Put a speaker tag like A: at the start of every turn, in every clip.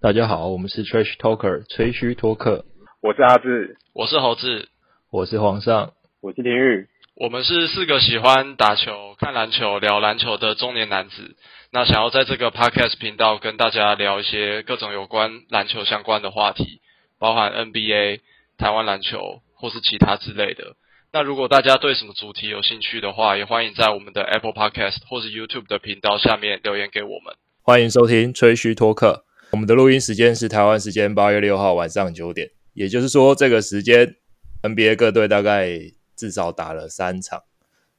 A: 大家好，我们是 Trash Talker 吹嘘托客，
B: 我是阿志，
C: 我是猴子，
A: 我是皇上，
B: 我是天玉。
C: 我们是四个喜欢打球、看篮球、聊篮球的中年男子。那想要在这个 podcast 频道跟大家聊一些各种有关篮球相关的话题，包含 NBA、台湾篮球或是其他之类的。那如果大家对什么主题有兴趣的话，也欢迎在我们的 Apple Podcast 或是 YouTube 的频道下面留言给我们。
A: 欢迎收听吹嘘托客。我们的录音时间是台湾时间八月六号晚上九点，也就是说这个时间 NBA 各队大概至少打了三场。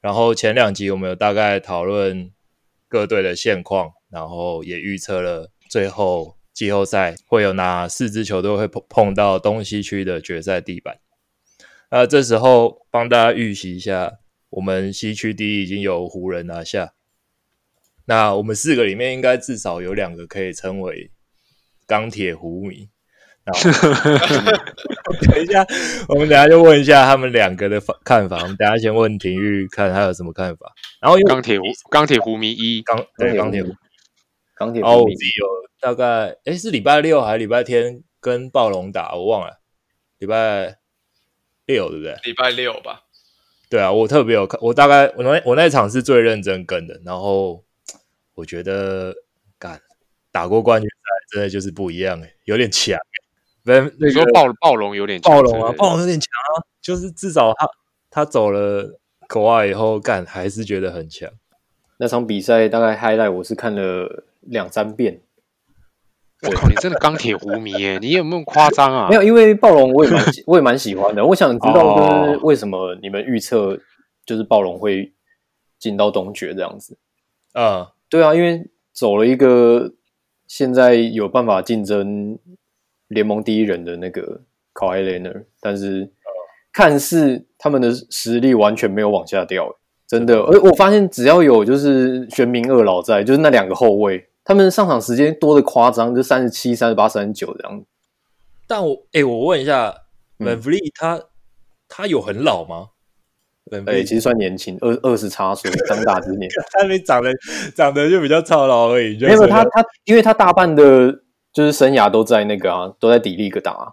A: 然后前两集我们有大概讨论各队的现况，然后也预测了最后季后赛会有哪四支球队会碰碰到东西区的决赛地板。那这时候帮大家预习一下，我们西区第一已经有湖人拿下，那我们四个里面应该至少有两个可以称为钢铁湖迷。然后 等一下，我们等一下就问一下他们两个的发看法。我们等一下先问廷玉看他有什么看法。然后因为
D: 钢铁湖钢铁湖迷一，
A: 钢对钢铁湖，
B: 钢铁
A: 然后
B: 湖
A: 我
B: 迷
A: 自己有大概诶是礼拜六还是礼拜天跟暴龙打，我忘了，礼拜六对不对？
C: 礼拜六吧，
A: 对啊，我特别有看，我大概我那我那一场是最认真跟的，然后我觉得干打过冠军赛真的就是不一样诶、有点强、欸。不，那
D: 你说
A: 个
D: 暴暴龙有点
A: 暴龙啊，
D: 强
A: 暴龙有点强啊，就是至少他他走了国外以后，干还是觉得很强。
E: 那场比赛大概 highlight 我是看了两三遍，
D: 之类的我靠，你真的钢铁湖迷耶， 你有没有夸张啊
E: 没？有，因为暴龙我也蛮 喜我也蛮喜欢的。我想知道
D: 哦
E: 就是为什么你们预测就是暴龙会进到东决这样子？
A: 嗯，
E: 对啊，因为走了一个现在有办法竞争联盟第一人的那个 k a w h i l e n e r 但是看似他们的实力完全没有往下掉，真的。而我发现只要有就是玄冥二老在，就是那两个后卫，他们上场时间多的夸张，就三十七、三十八、三十九这样。
A: 但我诶，我问一下 v
E: 嗯
A: a n v l e 他他有很老吗 v a n v
E: 哎、
A: l
D: 嗯
A: e
E: 其实算年轻，二二十差岁，当打之 年。
A: 他那长得长得就比较操劳而已，就
E: 没有
A: 是
D: 啊
E: 他，他因为他大半的就是生涯都在那个啊，都在底力个打、啊，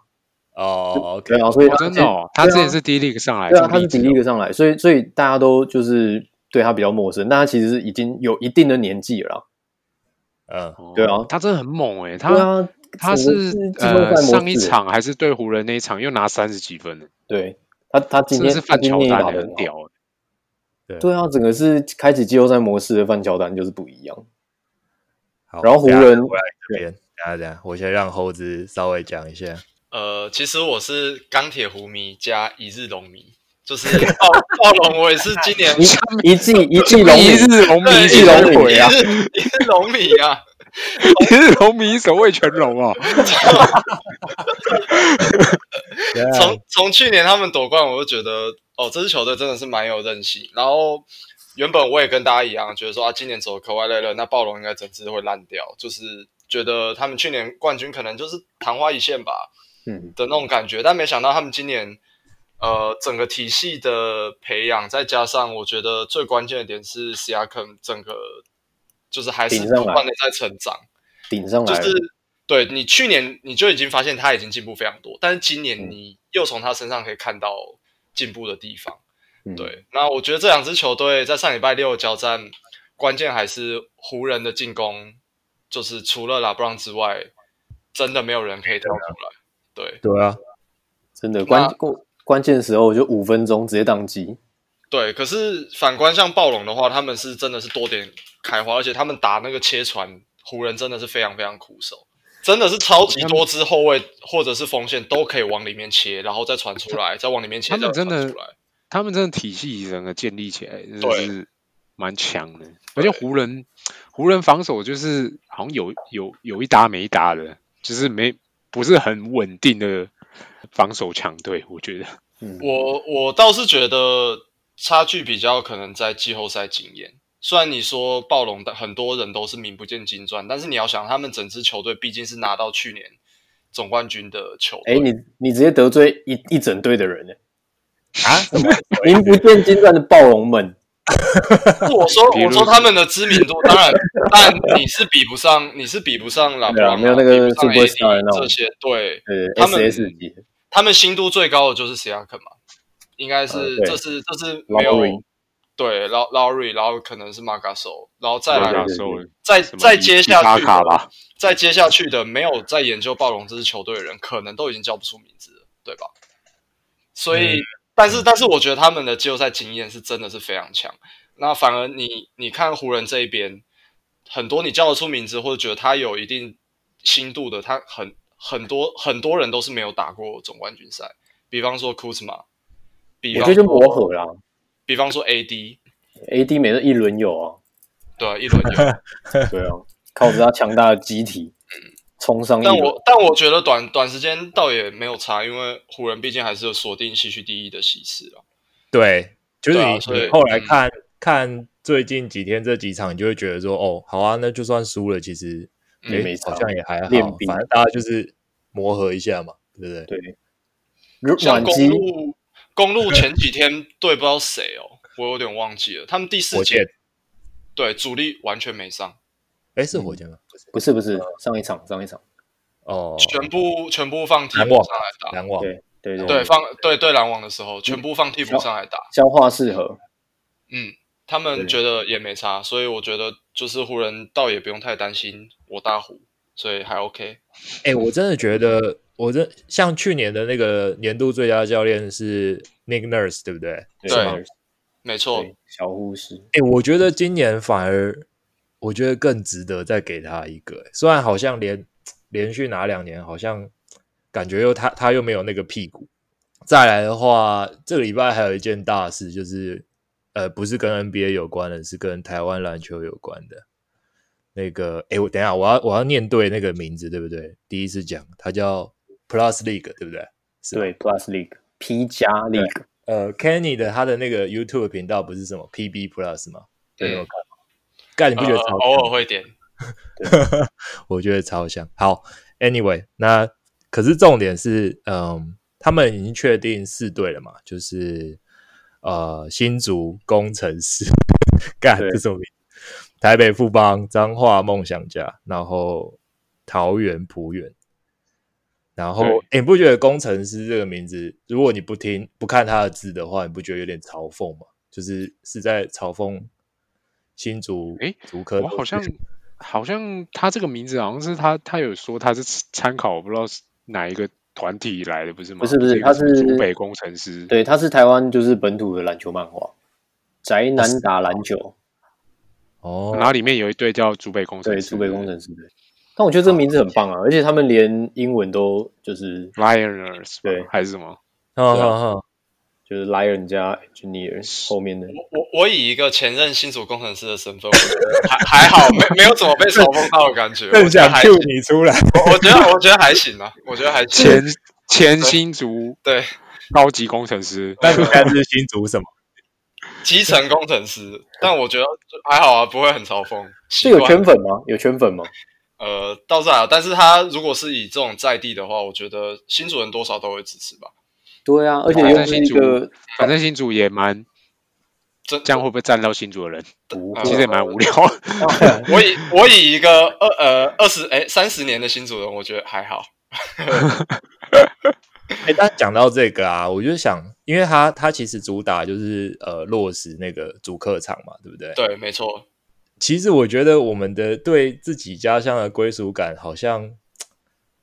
A: 哦，OK，
E: 对啊，所以
D: 我
E: 他
D: 真的
E: 对
D: 哦，
E: 啊
D: 他之前是第一 league 上来，
E: 对啊，
D: 么
E: 他是
D: 励志
E: 第
D: 哦
E: 一个上来，所以所以大家都就是对他比较陌生，但他其实是已经有一定的年纪了啦。
A: 嗯，
D: 哦
E: 对啊
D: 他真的很猛哎，
E: 对
D: 他
E: 啊，
D: 他
E: 整个
D: 是
E: 季后赛
D: 呃
E: 模式
D: 上一场还是对湖人那一场又拿三十几分呢，
E: 对他他今
D: 真的
E: 天
D: 是
E: 他
D: 范
E: 今
D: 乔
E: 天也
D: 丹
E: 打
D: 欸
E: 得
D: 很
E: 很好。
D: 屌欸，
E: 对啊，整个是开启季后赛模式的范乔丹就是不一样。
A: 好
E: 然后湖人
A: 等一下回来这边，等一下等一下，我先让猴子稍微讲一下。
C: 呃，其实我是钢铁湖迷加一日龙迷，就是暴暴龙，我也是今年
E: 一一季一季龙
D: 一
E: 迷
D: 日龙迷
C: 对
E: 一日龙
D: 鬼啊
C: 一，日一日龙迷啊，
D: 一日龙迷守卫全龙哦，嗯
E: 啊
C: 从从去年他们夺冠，我就觉得哦，这支球队真的是蛮有韧性。然后原本我也跟大家一样，觉得说啊，今年走科外累了，那暴龙应该整支会烂掉，就是觉得他们去年冠军可能就是昙花一现吧
E: 嗯，
C: 的那种感觉。但没想到他们今年呃整个体系的培养，再加上我觉得最关键的点是 C R K 整个就是还是
E: 顶
C: 不
E: 上来
C: 断的在成长。
E: 顶上
C: 就
E: 来
C: 是
E: 了。
C: 对你去年你就已经发现他已经进步非常多，但是今年你又从他身上可以看到进步的地方。
E: 嗯，
C: 对，那我觉得这两支球队在上礼拜六交战，关键还是湖人的进攻，就是除了拉布朗之外，真的没有人可以跳出来。对
A: 对啊，
E: 真的关
C: 那
E: 关关键时候就五分钟直接宕机。
C: 对，可是反观像暴龙的话，他们是真的是多点开花，而且他们打那个切传，湖人真的是非常非常苦手，真的是超级多支后卫或者是锋线都可以往里面切，然后再传出来，再往里面切，
D: 他们
C: 再
D: 真的
C: 传出来。
D: 他们真的体系整个建立起来，真的
C: 对
D: 是蛮强的。而且湖人，湖人防守就是好像有有有一搭没一搭的，就是没不是很稳定的防守强队。我觉得
E: 嗯，
C: 我我倒是觉得差距比较可能在季后赛经验。虽然你说暴龙的很多人都是名不见经传，但是你要想，他们整支球队毕竟是拿到去年总冠军的球
E: 哎、
C: 队，
E: 你你直接得罪一一整队的人呢、欸
A: 啊，什么
E: 名不见经传的暴龙们，
C: 不，我说
D: 比如
C: 我说他们的知名度，当然，但你是比不上，你是比不上拉布
E: 对啊
C: 朗，
E: 没有那个
C: 比不上
E: superstar 那
C: AD
E: 种
C: 这些，对
E: 对
C: 他们
E: ，SS 级
C: 他们心度最高的就是 s i a k 嘛，应该是、
E: 呃对
C: 这是这是没有
E: Lowry
C: 对劳劳瑞，然后可能是马嘎手，然后再
D: 对
C: 来
D: 啊
E: 对
D: 所以
C: 再
D: 什么
C: 再
D: 伊
C: 接
D: 伊
C: 下
D: 卡
C: 去
D: 卡
C: 的
D: 吧，
C: 再接下去的没有在研究暴龙这支球队的人，可能都已经叫不出名字了，对吧？所
E: 嗯
C: 以，但是但是，我觉得他们的季后赛经验是真的是非常强。那反而你你看湖人这一边，很多你叫得出名字或者觉得他有一定心度的，他很很多很多人都是没有打过总冠军赛，比方说 Kuzma，比
E: 我
C: 方
E: 觉得就磨
C: 说
E: 合啦
C: 比方说 AD，
E: ，AD 每次一轮有啊，
C: 对，一轮有。
E: 对啊，靠着他强大的机体冲上一
C: 但
E: 轮
C: 我，但我觉得短短时间倒也没有差，因为湖人毕竟还是有锁定西区第一的席次啊了。
A: 对，就是
C: 对啊
A: 你、
C: 所以
A: 你后来
C: 嗯
A: 看、看最近几天这几场，你就会觉得说，哦，好啊，那就算输了，其实
C: 嗯
A: 诶
E: 没差
A: 好像也还好
E: 练，兵
A: 反正大家就是磨合一下嘛，对不对？
E: 对，如
C: 像
E: 暖
C: 公
E: 机
C: 路，公路前几天对不知道谁哦，我有点忘记了。他们第四
A: 火箭
C: 节，对主力完全没上，
A: 哎，
E: 嗯
A: 是火箭吗？不是，
E: 不是不是上一场上一场，
A: 哦，
C: 全部全部放替
A: 篮
C: 补
A: 网
C: 上来打。
A: 篮网，嗯
E: 对对对
C: 对，放对对篮网的时候，全部放替补上来打。
E: 消化适合，
C: 嗯，他们
E: 对
C: 觉得也没差，所以我觉得就是湖人倒也不用太担心我大湖，所以还 OK。
A: 哎，我真的觉得，我真像去年的那个年度最佳教练是 Nick Nurse，对不对？
E: 对
C: 对没错，
E: 对小护士，
A: 哎、我觉得今年反而，我觉得更值得再给他一个、欸。虽然好像连连续拿两年，好像感觉又他他又没有那个屁股。再来的话，这个礼拜还有一件大事，就是呃，不是跟 NBA 有关的，是跟台湾篮球有关的。那个，哎、我等一下，我要我要念对那个名字，对不对？第一次讲，他叫 Plus League，对不对？是吧
D: 啊
E: 对 Plus League P 加 League，
A: 呃，Kenny 的他的那个 YouTube 频道不是什么 PB Plus 吗？
C: 嗯
A: 你有看吗？干，你不觉得
C: 呃
A: 超、
C: 偶尔会点，
A: 我觉得超像。好，Anyway，那可是重点是，嗯，他们已经确定四队了嘛，就是呃新竹工程师，干
E: 对
A: 这什么名字？台北富邦、彰化梦想家，然后桃园璞园。然后，
D: 对
A: 诶你不觉得“工程师”这个名字，如果你不听、不看他的字的话，你不觉得有点嘲讽吗？就是是在嘲讽新竹
D: 诶
A: 竹科
D: 我
A: 都
D: 好
A: 是
D: 像好像他这个名字好像是他他有说他是参考我不知道是哪一个团体来的，不是吗？
E: 不是不是
D: 一个什么
E: 他是
D: 竹北工程师，
E: 对，他是台湾就是本土的篮球漫画，宅男打篮球，
A: 哦，
D: 然后里面有一队叫竹北啊工程
E: 对，
D: 师，
E: 苏北工程师的。但我觉得这个名字很棒啊，而且他们连英文都就是
D: ，Lioners
E: 对
D: 还是什么？
A: 好
E: 对啊
A: 好好，
E: 就是 Lion 加 Engineer 后面的，
C: 我我以一个前任新竹工程师的身份，我觉得还还好，没没有怎么被嘲讽到的感觉。我
A: 更
C: 觉得
A: 想
C: 还
A: Q 你出来。
C: 我我觉得我觉得还行啊，我觉得还行。
D: 前前新竹
C: 对
D: 高级工程师，
A: 那你看是新竹 什么？
C: 基层工程师，但我觉得就还好啊，不会很嘲讽。
E: 是
C: 习
E: 有
C: 惯
E: 圈粉吗？有圈粉吗？
C: 呃，倒是啊，但是他如果是以这种在地的话，我觉得新主人多少都会支持吧。
E: 对啊，而且又是一个
D: 反正新竹也蛮，
C: 真
D: 这样会不会占到新竹的人？
E: 不
C: 呃
D: 其实也蛮无 聊。
C: 我以我以一个二呃二十哎三十年的新主人，我觉得还好。
A: 哎、但讲到这个啊，我就想，因为他他其实主打就是呃落实那个主客场嘛，对不对？。
C: 对，没错，
A: 其实我觉得我们的对自己家乡的归属感好像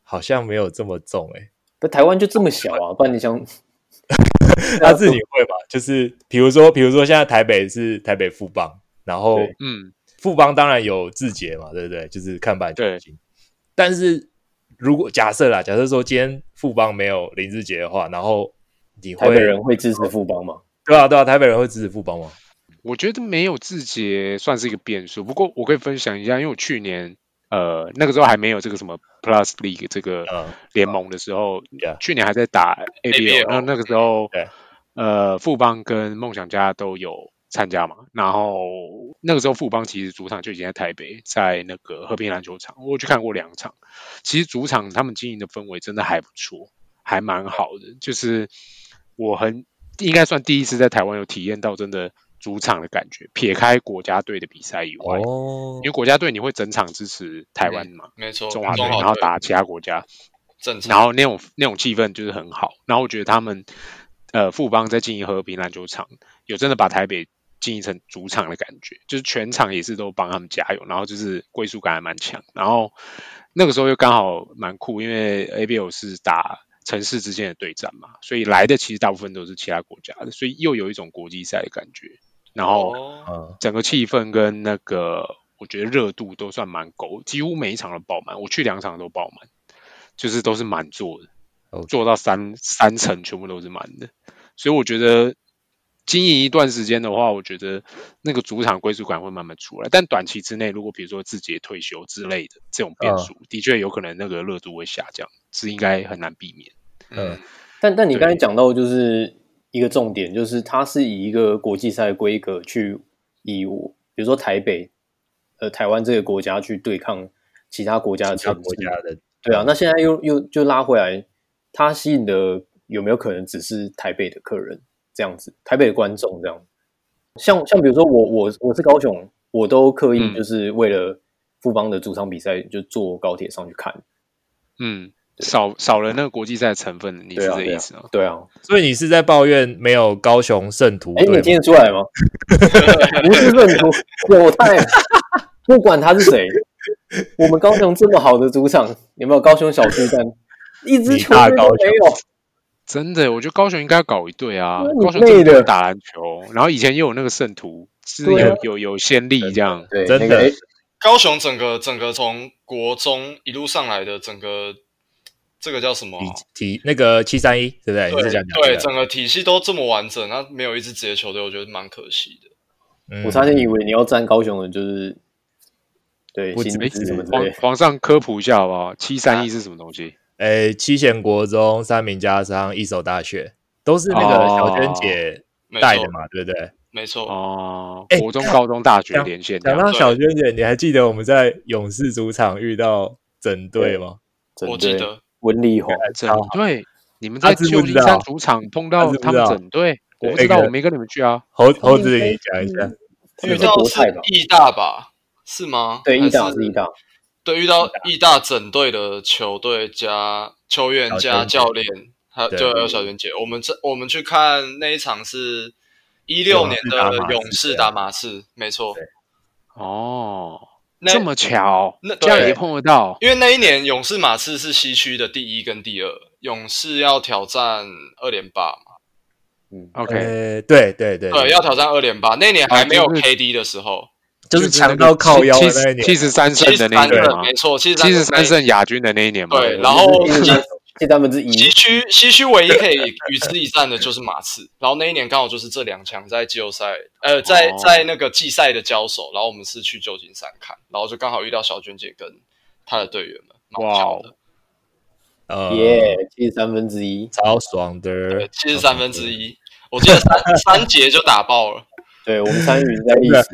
A: 好像没有这么重 哎、
E: 不台湾就这么小啊，不然你想
A: 他自己会吧？就是比如说，比如说现在台北是台北富邦，然后
E: 对
D: 嗯，
A: 富邦当然有字节嘛，对不对？就是看板球
D: 对
A: 星。但是如果假设啦，假设说今天富邦没有林志杰的话，然后你会
E: 台北人会支持富邦吗？
A: 对啊对啊，台北人会支持富邦吗？
D: 我觉得没有字节算是一个变数，不过我可以分享一下，因为我去年呃那个时候还没有这个什么 Plus League 这个
A: 嗯
D: 联盟的时候，
A: Yeah
D: 去年还在打 ABL，
C: ABL
D: 那那个时候
A: 对
D: 呃富邦跟梦想家都有参加嘛，然后那个时候富邦其实主场就已经在台北，在那个和平篮球场，我有去看过两场，其实主场他们经营的氛围真的还不错，还蛮好的，就是我很应该算第一次在台湾有体验到真的主场的感觉，撇开国家队的比赛以外，
A: 哦
D: 因为国家队你会整场支持台湾嘛，
C: 没错，
D: 中华队，
C: 中
D: 然后打其他国家，
C: 正常，
D: 然后那种那种气氛就是很好。然后我觉得他们呃富邦在经营和平篮球场，有真的把台北经营成主场的感觉，就是全场也是都帮他们加油，然后就是归属感还蛮强。然后那个时候又刚好蛮酷，因为 ABL 是打城市之间的对战嘛，所以来的其实大部分都是其他国家的，所以又有一种国际赛的感觉。然后
C: 哦，
A: 嗯，
D: 整个气氛跟那个我觉得热度都算蛮够，几乎每一场都爆满。我去两场都爆满，就是都是满座的
A: OK
D: 坐到三三层全部都是满的。所以我觉得经营一段时间的话，我觉得那个主场归属感会慢慢出来。但短期之内，如果比如说自己也退休之类的这种变数，
E: 嗯
D: 的确有可能那个热度会下降，是应该很难避免。
A: 嗯
C: 嗯，
E: 但但你
D: 对
E: 刚才讲到就是一个重点，就是它是以一个国际赛的规格去以我，比如说台北，呃，台湾这个国家去对抗其他国家的
A: 其他
E: 城
A: 国
E: 市，
A: 家的
E: 对啊，那现在又又就拉回来，它吸引的有没有可能只是台北的客人这样子，台北的观众这样？像像比如说我我我是高雄，我都刻意
D: 嗯
E: 就是为了富邦的主场比赛就坐高铁上去看，
D: 嗯，少少了那个国际赛的成分，你是
E: 对啊
D: 这个
E: 对啊
D: 意思吗？
E: 对啊，
A: 所以你是在抱怨没有高雄圣徒
E: 哎，
A: 队
E: 你
A: 吗？
E: 听得 出来吗？不是认出，有太不管他是谁，我们高雄这么好的主场，有没有高雄小巨蛋？一支球队都没有，
D: 真的，我觉得高雄应该要搞一队啊！
E: 对啊你
D: 高雄真
E: 妹
D: 的
E: 的
D: 打篮球，然后以前也有那个圣徒，是有、
E: 对啊
D: 有有先例这样。
E: 对
A: 真的
E: 那个哎
C: 高雄整个整个从国中一路上来的整个这个叫什么啊、
A: 体体那个七三一，对不对？你啊是
C: 对
A: 这样讲
C: 对，
A: 的
C: 整个体系都这么完整，那没有一支职业球队，我觉得蛮可惜的。
A: 嗯
E: 我差点以为你要站高雄的，就是对
A: 不止
E: 薪资什么之
D: 皇
E: 类的。
D: 皇上科普一下好不好？七三一是什么东西？
A: 诶，哎七贤国中、三名家商、一手大学，都是那个
E: 哦
A: 小娟姐
C: 没
A: 带
C: 错
A: 的，嘛，对不对？
C: 没错，
D: 哦、
A: 哎
D: 国中、高中、大学
A: 讲
D: 连线这
A: 讲
D: 样。
A: 到小娟姐，你还记得我们在勇士主场遇到整队吗？
E: 整
C: 我
E: 队
C: 记得
E: 温丽华，
D: 整队，你们
A: 他
D: 在
A: 知不
D: 旧
A: 知
D: 金
A: 道
D: 山主场碰
A: 他
D: 到
A: 知不
D: 他
A: 知
D: 们
A: 道
D: 整队，我不
A: 对
D: 知道，
A: 那个
D: 我没跟你们去啊。
A: 猴猴子，你讲一下。
E: 他
C: 遇
E: 们是
C: 到
E: 国
C: 是
E: 泰吧？
C: 义大吧？是吗？
E: 对，
C: 还
E: 义大是义大，
C: 对，遇到义大整队的球队加球员加
A: 小
C: 教练，还有
A: 对
C: 就还有小娟姐。我们这我们去看那一场是一六年
A: 勇士打马刺
C: 的勇士打马刺，没错。
D: 哦，
C: 那
D: 这么巧，
C: 那
D: 这样
C: 对
D: 也碰得到。
C: 因为那一年勇士马刺是西区的第一跟第二，勇士要挑战二连霸嘛？
E: 嗯，
D: OK，
A: 呃，对对对，
C: 对，要挑战二连霸。那一
D: 啊
C: 年还没有 KD 的时候，
A: 就是强到靠腰的那一
D: 七
A: 年，
D: 十三
C: 七
D: 胜
C: 十
D: 的那
C: 三
D: 一年
C: 胜，
D: 嘛，
C: 没错，七
D: 七十
C: 十
D: 三胜亚军的那一年嘛。
C: 对然后
E: 这是这三分之一，
C: 西区西区唯一可以与之一战的就是马刺，然后那一年刚好就是这两强在季后赛，呃，在
D: 哦
C: 在那个季赛的交手，然后我们是去旧金山看，然后就刚好遇到小娟姐跟她的队员们，蛮
D: 哦
C: 巧的，
A: 呃，
E: 耶，七十三分之一，
A: 超爽的，
C: 七十三分之一，我记得三 三节就打爆了，
E: 对我们参与在历史，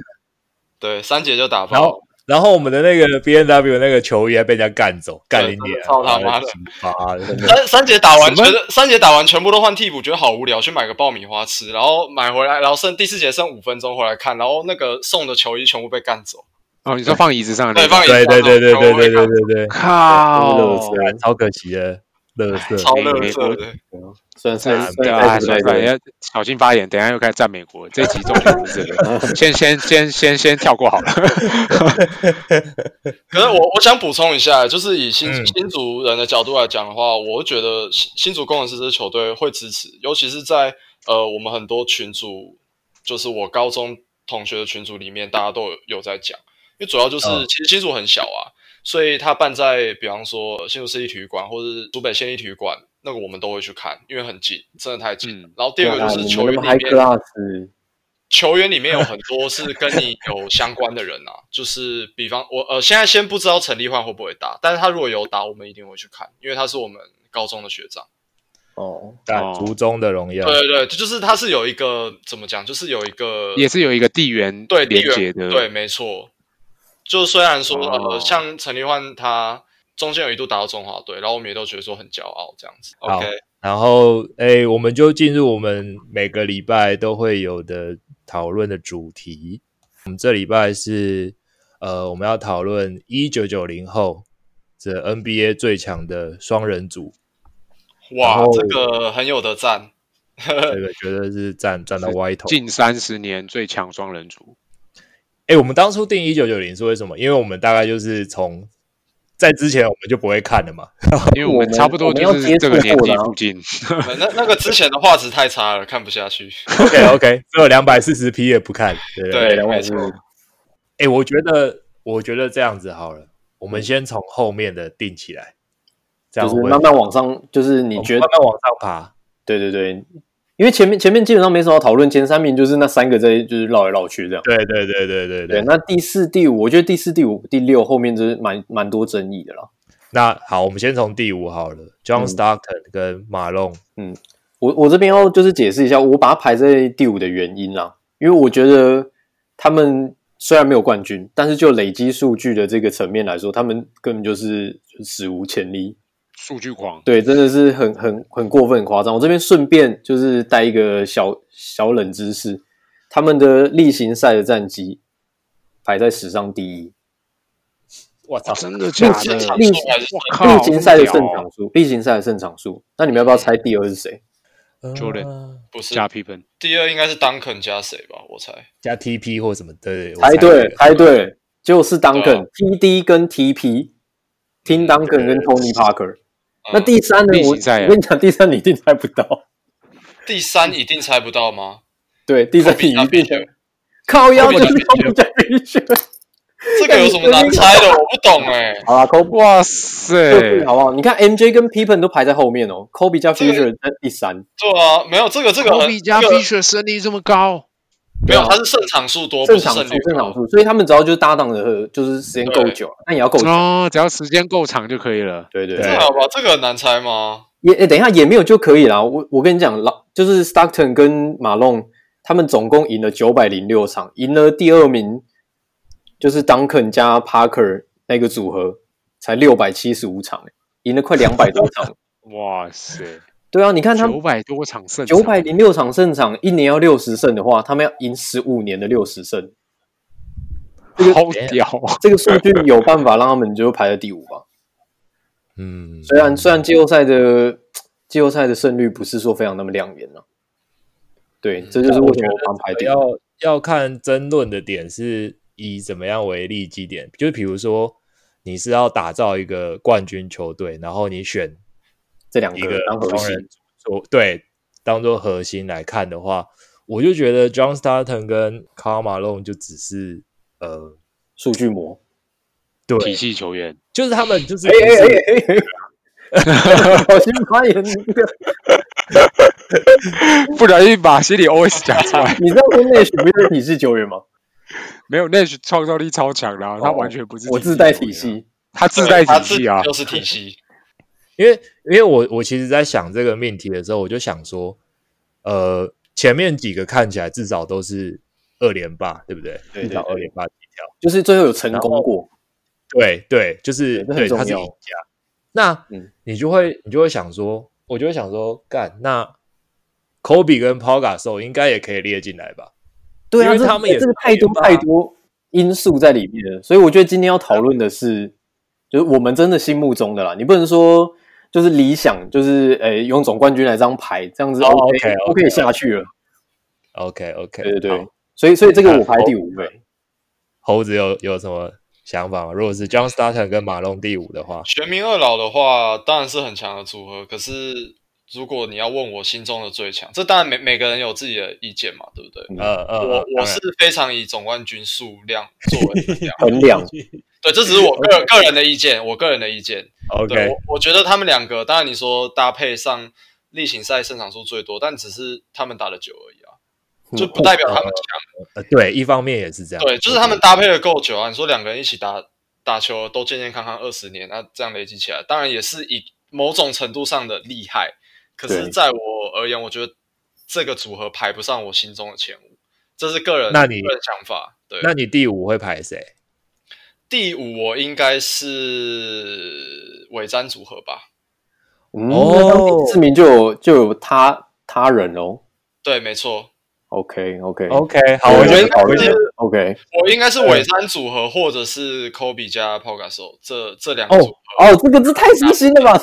C: 对，三节就打
A: 然
C: 爆
A: 后，然后我们的那个 B N W 那个球员被人家干走，干啊你
C: 真
A: 脸
C: 的，操他妈的
A: 哎妈的！
C: 了， 三三节打完
D: 什么
C: 觉得三节打完全部都换替补，觉得好无聊，去买个爆米花吃，然后买回来，然后剩第四节剩五分钟回来看，然后那个送的球衣全部被干走，
D: 哦，你说放椅子上的那
C: 对，
D: 个
C: 放
A: 对对对对对对对
C: 对，
A: 对对，
E: 乐
D: 靠，
E: 色，
A: 超可惜的，乐色。
C: 超
D: 美
C: 热
D: 美
C: 色
D: 国
C: 的。
E: 虽然
D: 对
E: 赛
D: 啊，
E: 虽
D: 对
E: 然
D: 啊，
E: 赛
D: 所
E: 事
D: 以
E: 来
D: 要小心发言，等一下又开始赞美国。这集重点不是这个，先先先先先跳过好了。
C: 可是我我想补充一下，就是以新、
A: 嗯
C: 新竹人的角度来讲的话，我会觉得新新竹工程师这支球队会支持，尤其是在呃我们很多群组，就是我高中同学的群组里面，大家都有有在讲，因为主要就是、
A: 嗯
C: 其实新竹很小啊，所以它办在比方说呃新竹市立体育馆或是竹北县立体育馆，那个我们都会去看，因为很近，真的太近。
D: 嗯
C: 然后第二个就是球员
E: 啊你
C: 里
E: 们 high
C: 面
E: class，
C: 球员里面有很多是跟你有相关的人啊， 就是比方我呃，现在先不知道陈立焕会不会打，但是他如果有打，我们一定会去看，因为他是我们高中的学长。
E: 哦，
A: 但族中的荣耀，
C: 对对对，就是他是有一个怎么讲，就是有一个
D: 也是有一个地缘
C: 对地
D: 连接
C: 缘
D: 的，
C: 对，没错。就虽然说、
D: 哦
C: 呃，像陈立焕他中间有一度打到中华队，然后我们也都觉得说很骄傲这样子。
A: 好
C: OK，
A: 然后，哎，我们就进入我们每个礼拜都会有的讨论的主题。我们这礼拜是呃，我们要讨论一九九零后这 NBA 最强的双人组，然
C: 哇
A: 后，
C: 这个很有的赞。
A: 这个绝对是站站到歪头。
D: 近三十年最强双人组，
A: 哎、我们当初定一九九零是为什么？因为我们大概就是从在之前我们就不会看 了嘛，
D: 因为我们差不多就是这个年纪附近，
C: 那 那个之前的画质太差了，看不下去。
A: OK OK，只有两百四十 P 也不看，对不对？
C: 对
E: 两
C: 没
E: 百
C: 错
E: 四，
A: 哎、我觉得，我觉得这样子好了，我们先从后面的定起来，这
E: 嗯
A: 样
E: 就是
A: 我们
E: 慢慢往上，就
A: 我
E: 是你
A: 们
E: 觉得
A: 慢慢往上爬？
E: 对对对，因为前面前面基本上没什么好讨论，前三名就是那三个在就是绕来绕去这样。
A: 对对对对对
E: 对，
A: 对。
E: 那第四、第五，我觉得第四、第五、第六后面就是蛮蛮多争议的啦。
A: 那好，我们先从第五好了，John
E: 嗯
A: Stockton 跟马龙。
E: 我我这边要就是解释一下，我把它排在第五的原因啦，因为我觉得他们虽然没有冠军，但是就累积数据的这个层面来说，他们根本就是史无前例。
D: 数据狂。
E: 对，真的是很很很过分、很夸张。我这边顺便就是带一个小小冷知识，他们的例行赛的战绩排在史上第一，
A: 我操！
D: 真的假
E: 现
D: 的？
E: 场
D: 我
C: 还是
D: 靠！
E: 例行赛的胜
D: 好屌哦
E: 场数，例行赛的胜场数。那你们要不要猜第二是谁？
D: Jordan
A: 呃
C: 不 是
D: 加 P 分，
C: 第二应该是 Duncan 加谁吧？我猜。
A: 加 TP 或什么？对对，我这
E: 猜哎对
A: 个，
E: 猜对，就是
C: 对啊
E: Duncan、TD 跟 TP、Tim Duncan 跟
A: 对
E: Tony Parker。
C: 嗯
E: 那第三呢？
D: 例
E: 我我
D: 行赛啊
E: 跟你讲，第三你一定猜不到。
C: 第三一定猜不到吗？
E: 对，第三
C: 科
E: 你
C: 比加
E: 一定
C: 比
E: 猜
C: 选
E: 不到。靠腰
C: 科
E: 就
C: 比
E: 是
C: 加比
E: 科比加比选。
C: 这个有什么难猜的？我不懂哎、
E: 好啦，科比
D: 哇
E: 对，
D: 塞！
E: 好不好？你看 MJ 跟 Pippen 都排在后面哦，Kobe 加 Fisher 在第三，
C: 对啊，没有这个这个
D: 科
C: 很
D: 比加
C: 这个
D: Fisher 胜率这么高，
C: 没有，他是胜场数多，不
E: 正
C: 是
E: 常数
C: 胜率啊
E: 正常
C: 高。
E: 数，所以他们只要就是搭档的，就是时间够久，但也要够久。
D: 哦，只要时间够长就可以了。
E: 对对
C: 这
E: 对
A: 对，
C: 啊还好吧？这个很难猜吗？
E: 也、欸诶等一下也没有就可以啦。我我跟你讲，老就是 Stockton 跟马龙他们总共赢了九百零六场，赢了第二名就是 Duncan 加 Parker 那个组合才六百七十五场，欸赢了快两百多场。
D: 哇塞，
E: 对啊，你看他们
D: 九百多场胜场，
E: 九百零六场胜场，一年要六十胜的话，他们要赢十五年的六十胜。
D: 好屌啊！
E: 这个数据有办法让他们就排在第五吧。
A: 嗯，
E: 虽然虽然季后赛的季后赛的胜率不是说非常那么亮眼啊。对，这就是为什么我帮排
A: 我
E: 第
A: 要
E: 五。
A: 要看争论的点是以怎么样为立基点，就是比如说你是要打造一个冠军球队，然后你选
E: 这两
A: 一
E: 个
A: 个
E: 呃当核
A: 双
E: 心
A: 人，组做对当做核心来看的话，我就觉得 John Stockton 跟 Karl Malone 就只是呃，
E: 数据魔。
A: 对，
D: 体系球员，
A: 就是他们就是
E: 哎
A: 不
E: 哎
A: 是
E: 哎 哎哎！小心发言，你这
D: 不小心把心里 OS 讲出来。
E: 你知道说内选没有体系球员吗？
D: 没有 Nash 创造力超强的啊，他完全不是
E: 哦我
D: 自
E: 自带体，系。
D: 啊他自带体系
C: 他
D: 啊
C: 自己，就是体系。
A: 因为因为我我其实在想这个命题的时候，我就想说，呃，前面几个看起来至少都是二连霸，对不对？
E: 对对
A: 至少
E: 对
A: 二连霸起跳。
E: 就是最后有成功过，
A: 对对，就是
E: 对这
A: 对，
E: 很
A: 他是
E: 重
A: 赢
E: 要
A: 家。那、
E: 嗯
A: 你就会你就会想说，我就会想说，干那科比跟 p o g a s o 应该也可以列进来吧？
E: 对啊，
A: 因为
E: 这
A: 他们也
E: 这个
A: 是
E: 太多
A: 联盟啊
E: 太多因素在里面了，所以我觉得今天要讨论的是，就是我们真的心目中的啦，你不能说就是理想，就是呃用总冠军来这样排，这样子
A: 哦
E: OK
A: OK，OK，
E: 都可以下去了，
A: OK OK，
E: 对对对
A: 好，
E: 所以所以这个
A: 好
E: 我排第五位，
A: 猴子有有什么想法吗？如果是 John Stockton 跟马龙第五的话，
C: 全民二老的话，当然是很强的组合。可是如果你要问我心中的最强，这当然每每个人有自己的意见嘛，对不对？
E: 嗯
A: 呃呃，呃
C: 我我
A: 当然
C: 是非常以总冠军数量作为衡量
E: 衡量
C: 对，这只是我个个人的意见，我个人的意见。对
A: OK，
C: 我我觉得他们两个，当然你说搭配上例行赛胜场数最多，但只是他们打的久而已啊，
A: 嗯
C: 就不代表他们强。
A: 呃对，一方面也是这样，
C: 对，就是他们搭配的够久啊。你说两个人一起打打球都健健康康二十年，那这样累积起来，当然也是以某种程度上的厉害。可是
E: 对
C: 在我而言，我觉得这个组合排不上我心中的前五，这是个人
A: 那你
C: 个人想法。对，
A: 那你第五会排谁？
C: 第五我应该是尾战组合吧。
E: 嗯，
A: 哦
E: 那当第四名就有就有他他人哦，
C: 对，没错，
E: OK OK 啊
A: OK，好，我觉得
E: 讨
A: 我觉
E: 论
A: 得
D: 哦
E: OK
C: 我应该是尾三组合，或者是 Kobe 加 p o g a s o 这这两个
E: 哦
C: 组合。
E: 哦，这个这太私心了吧？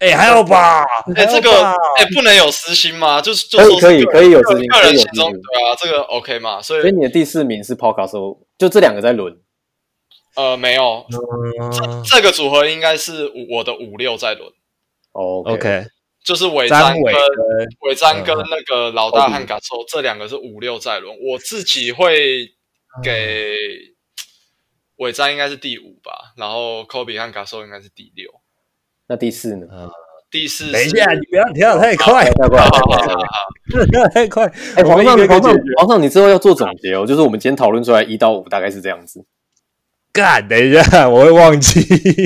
A: 哎，还好吧？
C: 哎、
A: 还
C: 这
A: 好
C: 个
A: 吧
C: 哎、不能有私心吗？就是就
E: 可以
C: 说是
E: 可以
C: 个人
E: 可以有
C: 个
E: 私心
C: 个
E: 可以
C: 人
E: 有
C: 心
E: 私
C: 中
E: 心
C: 对啊，这个 OK 嘛？所
E: 所以
C: 以
E: 你的第四名是 Podcast，就哦这两个在轮。
C: 呃没有，
A: 嗯
C: 这个组合应该是五我的五六在轮，
E: 哦
A: OK，
C: 就是尾
A: 张
C: 三
A: 伟
C: 跟
A: 跟
C: 尾三跟
A: 嗯
C: 那个老大
E: 嗯
C: 和嘎兽这两个是五六在轮，我自己会
E: 嗯
C: 给尾三应该是第五吧，然后 Kobe 和嘎兽应该是第六，
E: 那第四呢？
C: 第四是
A: 等一 下，你不要跳得太快，
E: 那过来，
A: 跳得太快。
E: 哎，
A: 我
E: 皇
A: 们
E: 上
A: 一个一个
E: 皇上
A: 解决
E: 皇上，你之后要做总结哦，就是我们今天讨论出来一到五大概是这样 子。
A: 干，等一下，我会忘 记。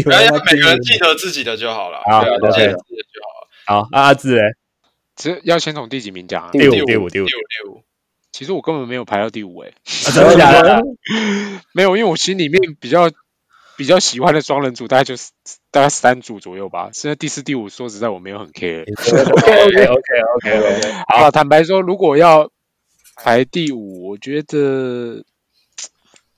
A: 我
C: 然
A: 要
C: 后每个人
A: 记
C: 记得自己的就好了，
A: 好
C: 对啊，
A: 了
C: 记
A: 解
C: 得自己的就好 了。
A: 好，啊阿志嘞，
D: 这要先从第几名讲啊？
A: 第
E: 第
A: 五
E: 五
A: 第五第
C: 第
A: 五
C: 五，第五，
D: 其实我根本没有排到第五诶、欸
A: 啊真的假 的？
D: 没有，因为我心里面比较比较喜欢的双人组大概就是大概三组左右吧。现在第四、第五，说实在我没有很 care。
A: OK OK OK OK，
D: 好了，啊坦白说，如果要排第五，我觉得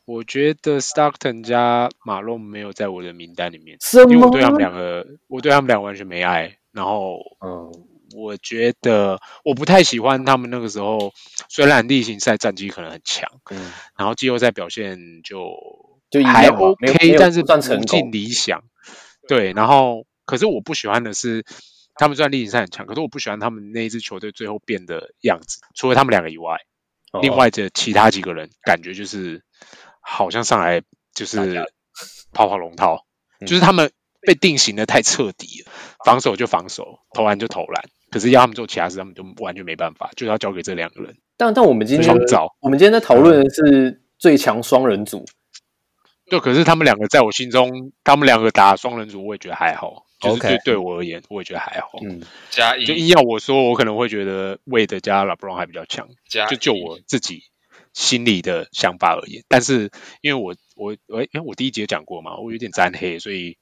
D: 我觉得 Stockton 加马龙没有在我的名单里面，
E: 什
D: 因为
E: 么
D: 我？对他们两个，我对他们俩完全没爱。然后
E: 嗯，
D: 我觉得我不太喜欢他们那个时候，虽然例行赛战绩可能很强，
E: 嗯
D: 然后季后赛表现就
E: 就一样嘛
D: 还
E: 没有没
D: OK，
E: 有
D: 但是
E: 不算
D: 不
E: 成
D: 尽
E: 功。
D: 理想。对，然后可是我不喜欢的是，他们虽然例行赛很强，可是我不喜欢他们那一支球队最后变的样子。除了他们两个以外，
E: 哦
D: 另外的其他几个人感觉就是好像上来 就是泡泡龙套，
E: 嗯
D: 就是他们被定型的太彻底了，防守就防守，投篮就投篮。可是要他们做其他事，他们就完全没办法，就要交给这两个人
E: 但但我们今天
D: 创造。
E: 我们今天在讨论的是最强双人组，
D: 对，可是他们两个在我心中，他们两个打双人组，我也觉得还好，就是
A: OK
D: 对对我而言，我也觉得还好。
E: 嗯，
C: 加
D: 就
C: 一
D: 硬要我说，我可能会觉得魏德加拉布隆还比较强，
C: 加
D: 就就
C: 一
D: 我自己心里的想法而言。但是因为我我我因为我第一节讲过嘛，我有点沾黑，所以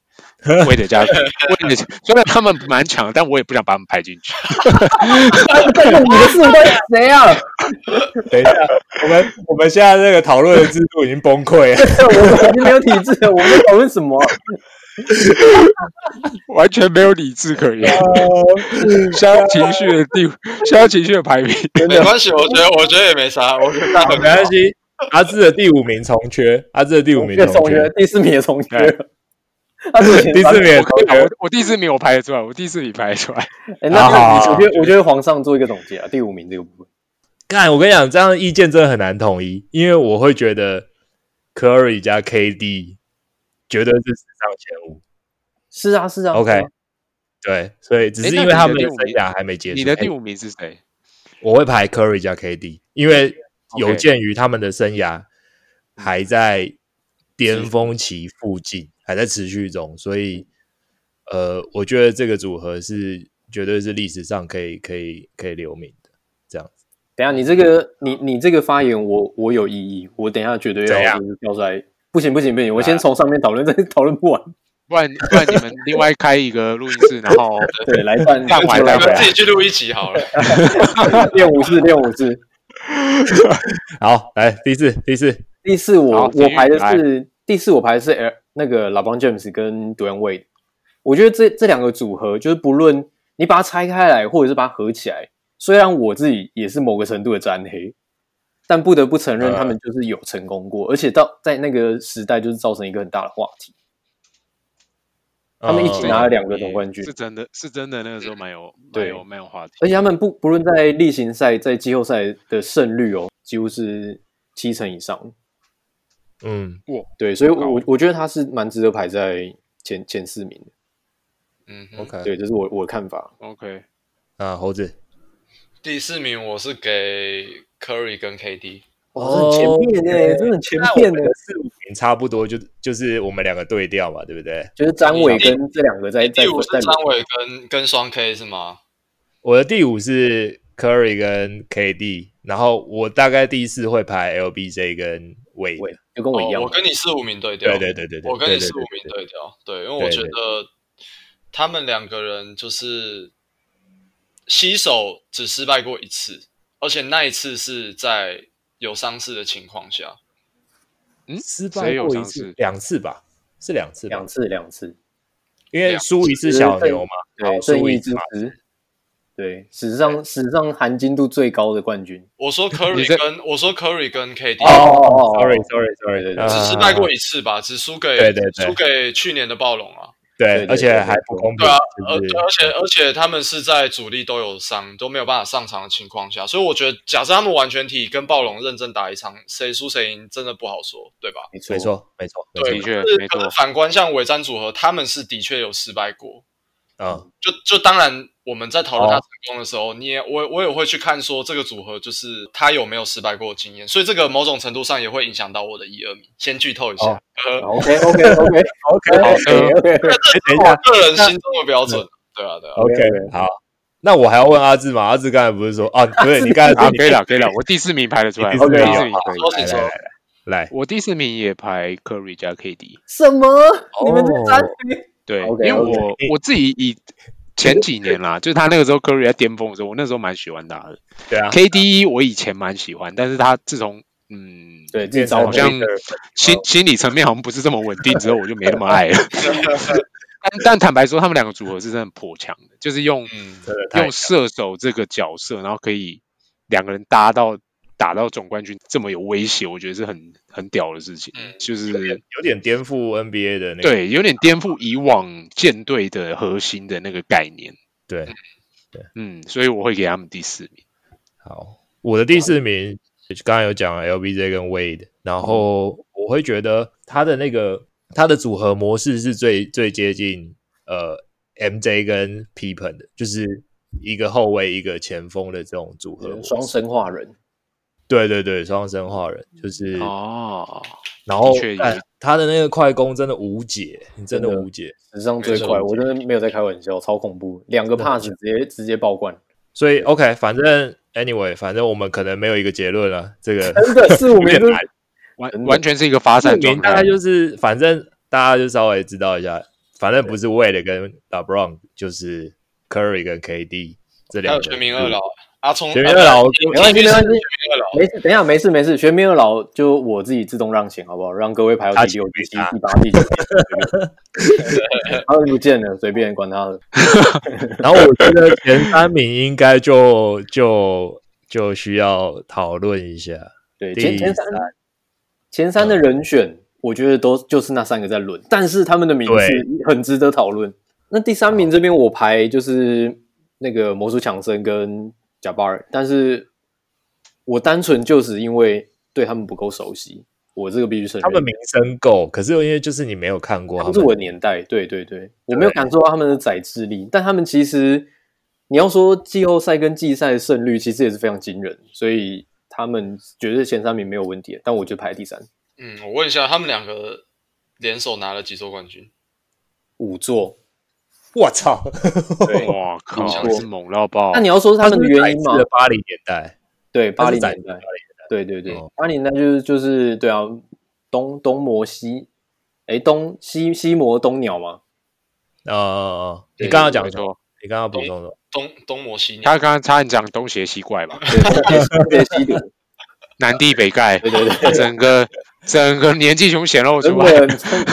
D: 魏德加魏德加虽然他们蛮强，但我也不想把他们排进去。
E: 但是你的四五到底是谁啊？
A: 等一下，我们我们现在这个讨论的制度已经崩溃 了。
E: 我们已经没有体制了，我们讨论什么啊？
D: 完全没有理智可言，消极情绪的第消极情绪的排名。
C: 没关系，我觉得我觉得也没啥，我觉得大家
A: 没关系，阿志的第五名重缺，阿志的第五名
E: 这
A: 重
E: 重
A: 缺
E: 约，，第四名也重约
D: 对，
E: 他是
A: 第四名也
D: 我
A: 重
D: 可以啊，
A: 缺
D: 我。我第四名我排得出来，我第四名排得出来。
E: 哎，
A: 好好
E: 那
A: 好
E: 我觉得我觉得皇上做一个总结啊，第五名这个部分，
A: 看，我跟你讲，这样的意见真的很难统一，因为我会觉得 Curry 加 KD 绝对是史上前五。
E: 是啊是啊
A: OK
E: 是啊
A: 对，所以只
D: 诶
A: 是
D: 那
A: 因为
D: 你
A: 他
D: 的
A: 们
D: 第
A: 的生
D: 五名
A: 涯还没结束。
D: 你的
A: 诶
D: 第五名是哎谁？
A: 我会排 Curry 加 KD，因为有
D: OK
A: 鉴于他们的生涯还在巅峰期附近，还在持续中，所以呃，我觉得这个组合是绝对是历史上可以可以可以留名的。这样子，
E: 等一下你这个你你这个发言我我有异议，我等一下绝对
A: 怎样
E: 要就是跳出来，不行不行不行，我先从上面讨论，再讨论不完，
D: 不然不然你们另外开一个录音室，然后
E: 对，来办
D: 办完
E: 来
D: 再
C: 你
D: 回
C: 们
D: 来
C: 自己去录一 集好了。
E: 练武士练武士，
A: 好，来第四第四，
E: 第四我
D: 好体育
E: 我排的
D: 来
E: 是第四我排的是 L 那个 LeBron James 跟 d u a n Wade，我觉得这这两个组合就是不论你把它拆开来，或者是把它合起来，虽然我自己也是某个程度的沾黑，但不得不承认
A: 呃
E: 他们就是有成功过，而且到在那个时代就是造成一个很大的话题。他们一起
A: 呃
E: 拿了两个总冠军
D: 是真的是真的那个时候蛮有蛮
E: 对
D: 有蛮有话题。
E: 而且他们不不论在例行赛、在季后赛的胜率哦，几乎是七成以上。
A: 嗯，
E: 对，所以
D: 高
E: 我我觉得他是蛮值得排在前前四名的。
C: 嗯哼
A: OK，
E: 对，这是我我的看法。
D: OK，
A: 啊，猴子，
C: 第四名我是给 Curry 跟 KD，
E: 哇，这很前面呢，这很前面呢。欸
A: 四五名差不多就就是我们两个对调嘛，对不对？
E: 就是张伟跟这两个在在
C: 第五是
E: 在
C: 张伟跟跟双 K 是吗？
A: 我的第五是 Curry 跟 KD，然后我大概第四会排 LBJ 跟 Wade。
E: 伟，就跟我一样
C: 哦，我。跟你四五名对调。
A: 对对对对对，
C: 我跟你
A: 对
C: 四
A: 对
C: 五名对调，对，因为我
A: 对
C: 觉
A: 对
C: 得他们两个人就是洗手只失败过一次，而且那一次是在有伤势的情况下，
D: 嗯，
A: 失
D: 谁
A: 败
D: 有
A: 过一
D: 上
A: 次
D: 次，
A: 两次吧，是两次吧，
E: 两次两次，
A: 因为输一次小牛嘛，然
E: 对，
A: 后
E: 正
A: 输
E: 义
A: 一
E: 之
A: 次嘛，
E: 子，对，史上史上含金度最高的冠军。
C: 我说
D: 你
C: Curry
D: 在
C: 跟我说 Curry 跟 KD，、
E: 哦
A: Sorry, sorry, sorry，
E: 对对对
A: 呃
C: 只失败过一次吧，只输给
A: 对对对
C: 输给去年的暴龙啊。
A: 对
E: 对，
A: 而且还不公平，
C: 对啊，而
A: 就是
C: 对而且而且他们是在主力都有伤，都没有办法上场的情况下，所以我觉得，假设他们完全体跟暴龙认真打一场，谁输谁赢真的不好说，对吧？
E: 没错
A: 没，错，没错，没
C: 对，
A: 错，
D: 的确
C: 可是
D: 没错
C: 可是反观像尾战组合，他们是的确有失败过。
A: 嗯，
C: 就就当然，我们在讨论
A: 哦
C: 他成功的时候，你也我我也会去看说这个组合就是他有没有失败过的经验，所以这个某种程度上也会影响到我的一二名。先剧透一下，
A: 哦
C: 呃，
E: OK OK OK OK
A: 哎
E: OK OK，
A: 等一
C: 我
A: 下
C: 个人心中的标准，对啊对啊。
A: ，OK，好，那我还要问阿志嘛？阿志刚才不是说啊，不对，你刚才
D: 啊，
A: 说你
D: 可以了，可以了，我第四名排得出来，
A: 你
D: 我
A: 第
D: 第
E: 四
D: 四
E: 名
D: 名可以哎
C: 好好
A: 来
C: 请
A: 来
C: 说
A: 来来，
D: 我第四名也排 Curry 加 KD，
E: 什么？你们这三
A: 哦
E: 名？
D: 对
E: OK，
D: 因为
E: OK
D: 我我自己以前几年啦，就是他那个时候 Curry 在巅峰的时候，我那时候蛮喜欢他的。
A: 对啊，
D: KD 我以前蛮喜欢，但是他自从嗯，
E: 对，自己
A: 变成
E: 找
D: 好像
A: 一个人
D: 心心理层面好像不是这么稳定，之后我就没那么爱了。但但坦白说，他们两个组合是真的颇强的，就是用
C: 嗯，
A: 真的太
D: 用射手这个角色，然后可以两个人搭到打到总冠军这么有威胁，我觉得是很很屌的事情
C: 嗯，
D: 就是
A: 有点颠覆 NBA 的那个
D: 对，有点颠覆以往舰队的核心的那个概念。
A: 对，
D: 嗯，所以我会给他们第四名。
A: 好，我的第四名刚才有讲了 LBJ 跟 Wade，然后我会觉得他的那个他的组合模式是最最接近呃 MJ 跟 Pippen 的，就是一个后卫一个前锋的这种组合模式
E: 双生化人，
A: 对对对，双生化人就是，
D: 哦，
A: 然后
D: 的确
A: 干
D: 有
A: 他的那个快攻真的无解，你真的
E: 真的
A: 无解。
E: 史上最快，我真的没有在开玩笑，超恐怖，两个 pass 直接直接爆冠，
A: 所以 OK，反正 anyway，反正我们可能没有一个结论了。这个
E: 真的四五
A: 有
E: 名
A: 点
E: 就是
A: 难，
E: 真
D: 完
E: 的
D: 完全是一个发
A: 四
D: 散
A: 名
D: 状
A: 大概
D: 态。
A: 就是反正大家就稍微知道一下，反正不是 Wade 跟 LeBron，就是 Curry 跟 KD 这
C: 还
A: 两
C: 有
A: 个。
C: 全民二老阿聪，
A: 全民二老
C: 呃
E: 没关系
C: 平均
E: 没
C: 是
E: 关
C: 全
E: 系
C: 民二老，
E: 没事，等一下没事没事，全民二老就我自己自动让行好不好？让各位排到第六、第七、第八、第九，他们不见了，随便管他了。
A: 然后我觉得前三名应该就就就需要讨论一下。
E: 对，
A: 第
E: 前前三前三的人选，我觉得都就是那三个在轮，但是他们的名
A: 对
E: 字很值得讨论。那第三名这边我排就是那个魔术强森跟贾巴尔，但是我单纯就是因为对他们不够熟悉，我这个必须承认。
A: 他们名声够，可是因为就是你没有看过他
E: 不
A: 们，
E: 是我的年代，对对对，我没有感受到他们的宰制力，但他们其实你要说季后赛跟季赛的胜率，其实也是非常惊人，所以他们绝对前三名没有问题，但我就排第三，
C: 嗯，我问一下，他们两个联手拿了几座冠军？
E: 五座。
A: 我操，
E: 对，
D: 哇靠，
E: 错
D: 是猛到爆
E: 那！你要说他们的原因吗？
A: 八零年代，
E: 对，八零
A: 他是宰
E: 年
A: 制
E: 代
A: 80，
E: 对对对
A: 哦，
E: 八零年代就是就是对啊，东东磨西，哎，东西西磨东鸟嘛，
A: 呃，你
E: 对
A: 刚刚讲
D: 没
A: 什么？
D: 错，
A: 你刚刚补充什么？
C: 东东摩西鸟，
D: 他刚刚差点讲东邪西怪 吧，
E: 对，东西西 毒，
D: 南帝北丐，
E: 对对对，
D: 整个整个年纪熊显露
E: 真
D: 出来。
E: 的，真的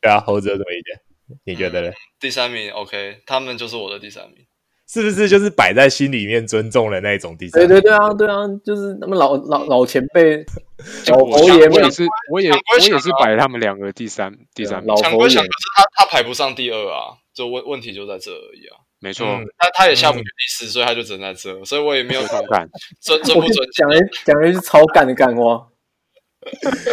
A: 对啊，猴子有什么意见？你觉得嘞？
C: 第三名，OK，他们就是我的第三名。
A: 是不是就是摆在心里面尊重的那一种第三
E: 对
A: 名？
E: 对对 啊，对啊，就是他们老老老前辈，老
D: 我
E: 侯
D: 想
E: 爷
D: 我
E: 们
D: 也，是，我也
C: 想归
D: 我
C: 想
D: 也是
C: 啊
D: 摆他们两个第三第三名
E: 老，
C: 想
E: 侯
C: 归想，
E: 爷
C: 可，是他他排不上第二啊，就问问题就在这而已啊。
D: 没错，
A: 嗯
C: 他他也下不去第四，所以他就只能在这，所以我也没有
D: 有同感。
C: 尊尊
E: 我
C: 不
E: 跟你
C: 尊敬
E: 讲。了讲了一句超干的 干话，
C: 不是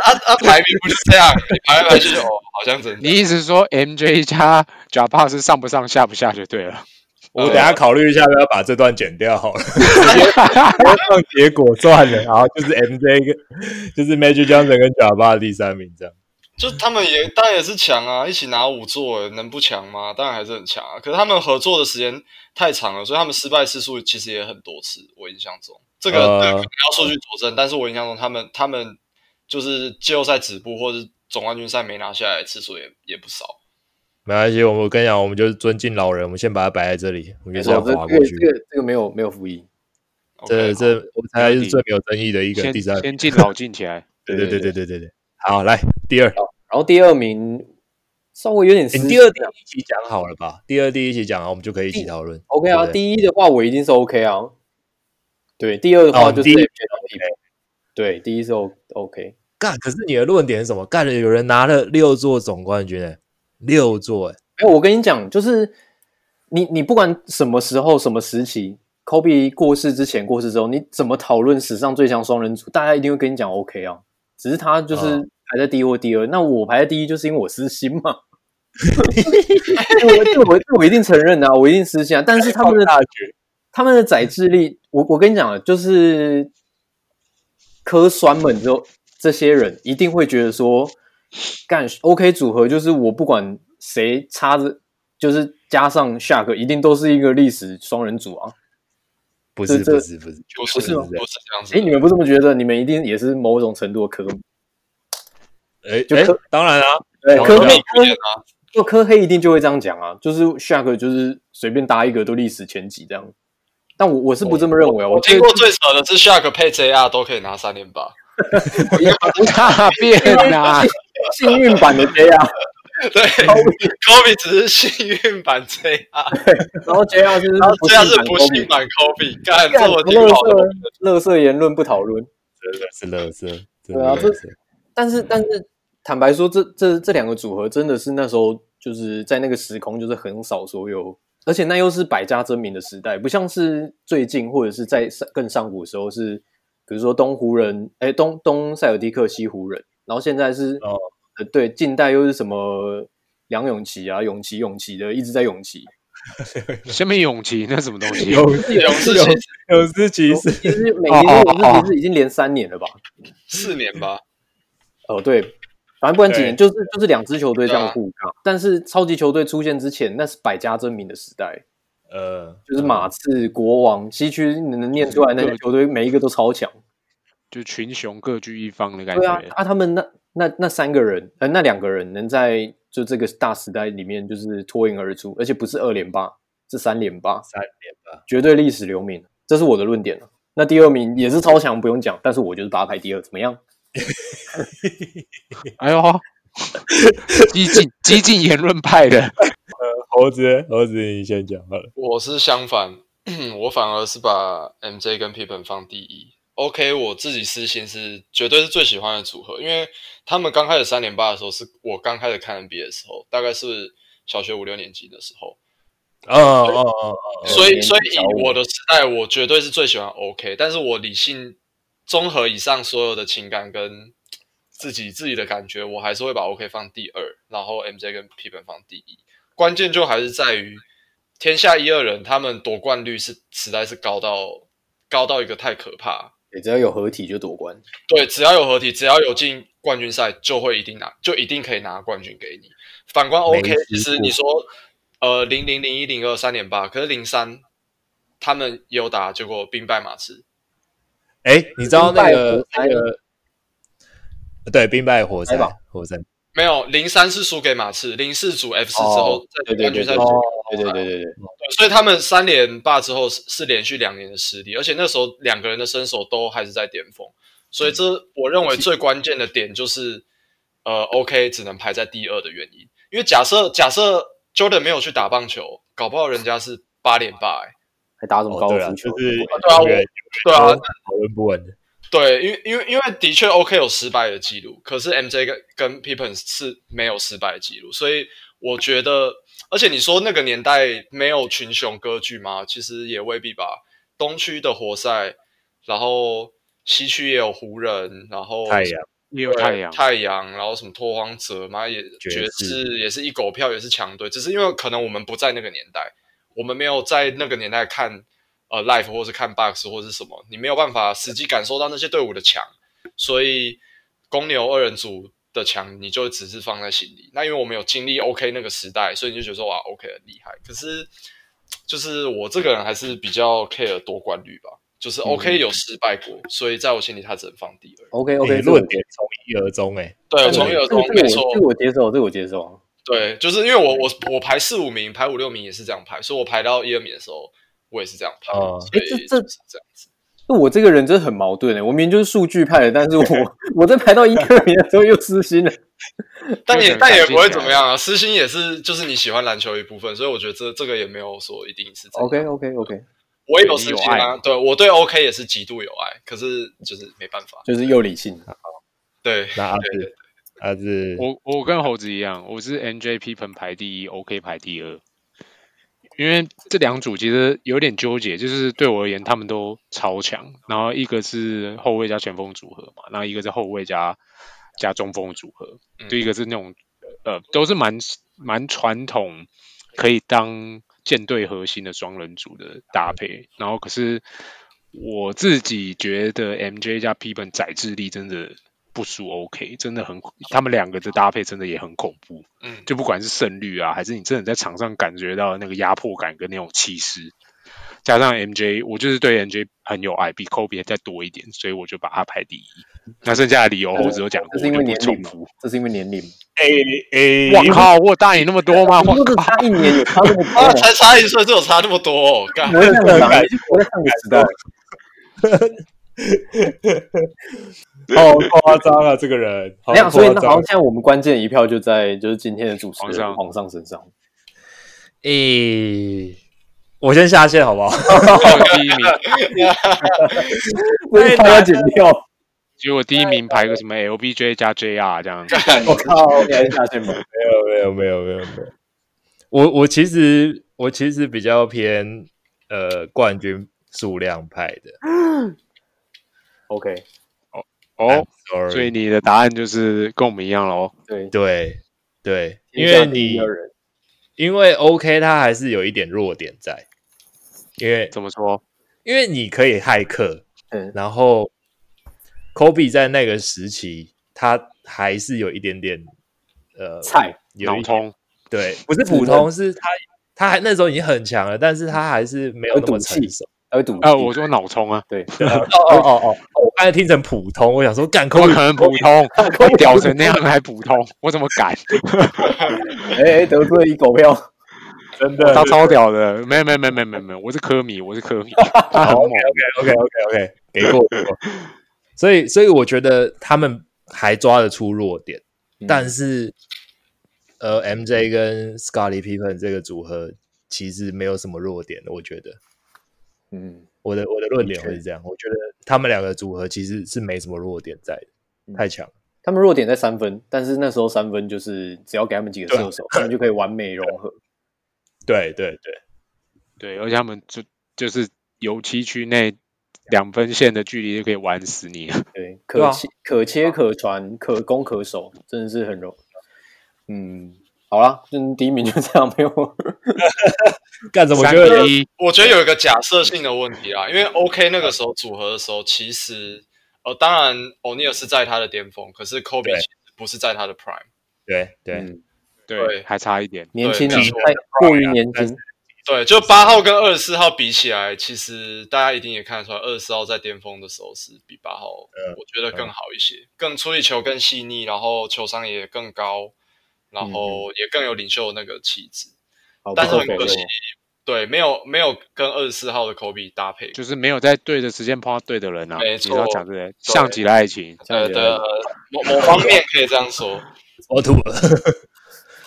C: 啊啊，排名不是这样，你排来排去就哦，好像真
D: 你
C: 的。
D: 意思是说 MJ 加 Japa 是上不上下不下就 对了。
A: 我等一
C: 呃
A: 下考虑一下，要不要把这段剪掉好了。 不要放结果算了，然后就是 MJ 跟就是 Magic Johnson 跟 j a b a 第三名这样。
C: 就他们也当然也是强啊，一起拿五座耶，能不强吗？当然还是很强啊。可是他们合作的时间太长了，所以他们失败次数其实也很多次。我印象中，这个、
A: 呃
C: 这个可能要数据佐证，但是我印象中他们他们就是季后赛止步或者总冠军赛没拿下来的次数也也不少。
A: 没关系，我们我跟你讲，我们就是尊敬老人，我们先把它摆在这里，我们就这
E: 哦这
A: 样
E: 个
A: 啊划
E: 这
A: 过
E: 个
A: 去。
E: 这个这个没有没有复议，
A: 这
C: OK，
A: 这我猜是
D: 题
A: 最没有争议的一个
D: 先
A: 第三名。
D: 先进老进 起来，
A: 对对对对对对对。好，来第二，
E: 然后第二名稍微有点
A: 诶
E: 失、啊
A: 第二第一起讲好了吧？第二第一起讲啊，我们就可以一起讨论。
E: OK 啊，
A: 对不对
E: 第一的话我一定是 OK 啊。对，第二的话
A: 哦
E: 就
A: 第
E: 是
A: 一
E: MVP 对，第一是 O- OK。
A: 干，可是你的论点是什么？干，有人拿了六座总冠军、欸，六座、欸，
E: 哎，我跟你讲，就是你你不管什么时候、什么时期，Kobe 过世之前、过世之后，你怎么讨论史上最强双人组，大家一定会跟你讲 OK 啊。只是他就是
A: 嗯
E: 排在第一或第二，那我排在第一就是因为我私心嘛。我这我这我一定承认啊，我一定私心啊。但是他们的
A: 大局，
E: 他们的宰制力，我我跟你讲啊，就是科酸们之后，这些人一定会觉得说，干 OK 组合就是我不管谁插着，就是加上下个，一定都是一个历史双人组啊。
A: 不是
E: 这
A: 不是不是，啊绝
C: 不
A: 对
C: 是不是
E: 吗
A: 不是
C: 这样子
E: 哎，你
C: 的。
E: 们不这么觉得？你们一定也是某种程度的科迷，
A: 哎
E: 就
A: 哎、
E: 科
A: 当然啊，
E: 对
A: 了解
E: 科
A: 啊
E: 妹
C: 不见啊，
E: 就科黑一定就会这样讲啊，就是下个就是随便搭一个都历史前几这样。但我我是不这么认为啊，我
C: 我
E: 觉得
C: 听过最扯的是 Shark 配 JR 都可以拿三连霸，
D: 大便啊！
E: 幸运版的 J 啊，
C: 对，Kobe 只是幸运版 JR，
E: 然后 J 啊就是
C: 然后 JR 是
E: 版
C: 不
E: Kobe
C: 幸版 Kobe，干
E: 干
C: 这我挺好的。
E: 乐色言论不讨论。
A: 真的是乐色，真
E: 对啊
A: 的
E: 这
A: 是
E: 但是，但是坦白说，这这这两个组合真的是那时候就是在那个时空，就是横扫所有，而且那又是百家争鸣的时代，不像是最近或者是在上更上古的时候是，比如说东湖人，哎，东东塞尔蒂克西湖人，然后现在是、
A: 哦
E: 呃对近代又是什么梁咏琪啊，永琪永琪的一直在永琪，
D: 生命勇气那什么东西？
C: 勇士其实
A: 有事其
E: 其
A: 实
E: 实每年
D: 哦哦
E: 勇士其实已经连三年了吧？
C: 四年吧，
E: 哦，对，反正不管几年，
A: 对
E: 就是就是两支球队这
C: 对
E: 样
C: 啊
E: 互杠。但是超级球队出现之前，那是百家争鸣的时代，
A: 呃，
E: 就是马刺、国王、西区能念出来那些球队，每一个都超强。
D: 就群雄各据一方的感
E: 对啊，
D: 觉。
E: 啊，他们那那那三个人，呃，那两个人能在就这个大时代里面就是脱颖而出，而且不是二连霸，是三连霸，
A: 三连吧，
E: 绝对历史留名。这是我的论点了。那第二名也是超强，不用讲，但是我就是把他排第二，怎么样？
D: 哎呦，激进激进言论派的，
A: 猴子猴子你先讲好了，
C: 我是相反， 我反而是把 MJ 跟 Pippen 放第一。OK，我自己私心是绝对是最喜欢的组合，因为他们刚开始三连霸的时候，是我刚开始看 NBA 的时候，大概是小学五六年级的时候。
A: 哦哦哦哦，
E: 对
C: 所以，
E: 年纪
C: 所以
E: 小
C: 以
E: 我
C: 我的时代，我绝对是最喜欢 OK，但是我理性综合以上所有的情感跟自己自己的感觉，我还是会把 OK 放第二，然后 MJ 跟 P 本放第一。关键就还是在于天下一二人，他们夺冠率是实在是高到高到一个太可怕。
E: 对只要有合体就夺冠。
C: 对，只要有合体，只要有进冠军赛，就会一定拿，就一定可以拿冠军给你。反观
A: 没
C: OK，其
A: 失
C: 实
A: 误
C: 你说，呃，零零零一零二三连霸，可是零三他们也有打，结果兵败马刺。
A: 哎、你知道那
E: 兵败
A: 个
E: 火灾
A: 那个对兵败火灾
E: 来吧
A: 火灾
C: 没有，零三是输给马刺，零四组 F 四之后
E: 哦
C: 在
E: 对对
C: 冠
E: 对
C: 军赛
E: 对，
C: 输
E: 对
C: 给
E: 对对对对对。
C: 所以他们三连霸之后是是连续两年的失利，而且那时候两个人的身手都还是在巅峰，所以这我认为最关键的点就是，呃，OK 只能排在第二的原因，因为假设假设 Jordan 没有去打棒球，搞不好人家是八连霸、欸，
E: 还打什么
A: 哦
E: 高
A: 对
E: 尔
A: 啊，
E: 夫球？
A: 就是
C: 对啊我对啊，
A: 讨论不完的，
C: 对，因为因为因为的确 OK 有失败的记录，可是 MJ 跟跟 Pippen 是没有失败的记录，所以我觉得，而且你说那个年代没有群雄割据吗？其实也未必吧。东区的活塞，然后西区也有湖人，然后
A: 太阳
D: 也有
C: 对
D: 太阳，
C: 太阳，然后什么拓荒者嘛，也
A: 爵
C: 爵
A: 士
C: 士也是一狗票，也是强队，只是因为可能我们不在那个年代，我们没有在那个年代看呃 live 或是看 box 或是什么，你没有办法实际感受到那些队伍的强，所以公牛二人组的强你就只是放在心里。那因为我们有经历 OK 那个时代，所以你就觉得说哇 OK 很厉害，可是就是我这个人还是比较 care 夺冠率吧。就是 OK 有失败过，所以在我心里他只能放第二。
E: OK
A: 哎
E: OK，
A: 论点从一而终哎、
C: 对，
E: 这个
C: 从一而终，
E: 这个
C: 没
E: 我
C: 错。
E: 这个我接受，这个我接受啊。
C: 对，就是因为我我我排四五名，排五六名也是这样排，所以我排到一二名的时候，我也是这样排，
A: 哦
C: 所以
E: 诶这这
C: 就是这样子。
E: 那我这个人真的很矛盾的，欸我明明就是数据派的，但是我我在排到伊戈尔名的时候又失 心了。
C: 但
D: 有
C: 也
D: 点
C: 但也
D: 感性
C: 不会
D: 起来
C: 怎么样啊，私心也是就是你喜欢篮球的一部分，所以我觉得这这个也没有说一定是怎样
E: OK OK OK，
C: 我也有私
D: 对你有
C: 心
D: 爱
C: 啊，对我对 OK 也是极度有爱，可是就是没办法，
E: 就是又理性。
A: 啊
C: 对
A: 那阿志，阿志，
D: 我我跟猴子一样，我是 NJP 盆排第一，OK 排第二。因为这两组其实有点纠结，就是对我而言，他们都超强。然后一个是后卫加前锋组合嘛，然后一个是后卫加加中锋组合，
C: 嗯
D: 就一个是那种呃，都是蛮蛮传统，可以当舰队核心的双人组的搭配。然后可是我自己觉得 MJ 加 P 本载智力真的不输 OK，真的很，他们两个的搭配真的也很恐怖。
C: 嗯，
D: 就不管是胜率啊，还是你真的在场上感觉到那个压迫感跟那种气势，加上 MJ，我就是对 MJ 很有爱，比 Kobe 再多一点，所以我就把他排第一。那剩下的理由我只有讲
E: 这
D: 过，
E: 是因为
D: 我就
E: 年
D: 不
E: 龄
D: 重
E: 嘛
D: 复。，
E: 这是因为年 龄嘛。
A: 哎
D: 我，靠，我有大你那么多 吗？
E: 你
D: 我
E: 不是
D: 靠，
E: 差一年，有差那么多
C: 啊，
E: 吗？
C: 才差一岁就有差那么多、哦，干
E: 我在上个时代，我在上个时代。
A: 好夸张啊！这个人，好
E: 没有，所以
A: 夸
E: 那好
A: 张
E: 像。现在我们关键一票就在就是今天的主持
D: 皇
E: 人
D: 上
E: 皇上身上。
A: 诶、哎我先下线好不好？
D: 我第一名，
E: 所以他要剪掉，
D: 结果第一名排个什么 LBJ 加 JR 这样，
E: 我靠，你还是下线
A: 没
E: 吧。
A: 有没有没有没有没有。我我其实我其实比较偏呃冠军数量派的。
E: OK，
D: 哦，
A: I'm
D: 所以
A: sorry，
D: 你的答案就是跟我们一样哦喽。
E: 对，
A: 对对，因
E: 天下
A: 为
E: 第一啊
A: 你
E: 的人
A: 因为 OK，它还是有一点弱点在，因为
D: 怎么说？
A: 因为你可以骇客，
E: 嗯
A: 然后 Kobe 在那个时期，他还是有一点点呃，
E: 菜，
A: 有
D: 脑
A: 一
D: 通
A: 对，不是普通，是他他还那时候已经很强了，但是他还是没有那么成熟。
E: 还会赌
D: 啊，我说脑冲啊，
E: 对，
A: 哦哦哦哦，我刚才听成普通，我想说干
D: 怎么
A: Kobe
D: 可能普通？屌成那样还普通，我怎么敢？
E: 哎哎，得罪一狗票，
A: 真
D: 他
A: 的
D: 超屌的，没有没有没有没有没有没有，我是科迷，我是科 迷，他很猛。
A: OK OK OK OK，给过给过。所以所以我觉得他们还抓得出弱点，但是呃，MJ 跟 Scotty Pippen 这个组合其实没有什么弱点的，我觉得。
E: 嗯，
A: 我的我的论点
E: 的确
A: 会是这样，我觉得他们两个组合其实是没什么弱点在的，太强了。
E: 他们弱点在三分，但是那时候三分就是只要给他们几个
A: 对啊
E: 射手，他们就可以完美融合。
A: 对对对，
D: 对，而且他们就就是油漆区内两分线的距离就可以玩死你了。
E: 对，
A: 对
E: 可
A: 啊
E: 切、可切可传可攻可守，真的是很容。嗯，好啦，就是第一名就这样，没有。
A: 干什么？我
D: 三
A: 觉得
D: 比一，
C: 我觉得有一个假设性的问题啦，因为 OK 那个时候组合的时候，其实呃，当然欧尼尔是在他的巅峰，可是 Kobe
A: 对
C: 其实不是在他的 prime，
A: 对对，
E: 嗯，
D: 对，
C: 对
D: 还差一点。
E: 年轻啊，
C: 对
E: 太过于年
A: 但
E: 轻
A: 是。
C: 对，就八号跟二十四号比起来，其实大家一定也看得出来，二十四号在巅峰的时候是比八号，
A: 嗯
C: 我觉得更好一些，更处理球更细腻，然后球商也更高，然后也更有领袖的那个气质。
E: 好
C: 但是
E: 不
C: 很
E: 错
C: 可
E: 不
C: 惜
E: 错，
C: 对，没有没有跟二十四号的科比搭配，
D: 就是没有在对的时间碰到对的人啊！
C: 没
D: 你
C: 错
D: 要讲这个，像极了爱情。
E: 这
C: 呃
E: 样
C: 的
E: 子
C: 某某方面可以这样说，
A: 我吐了。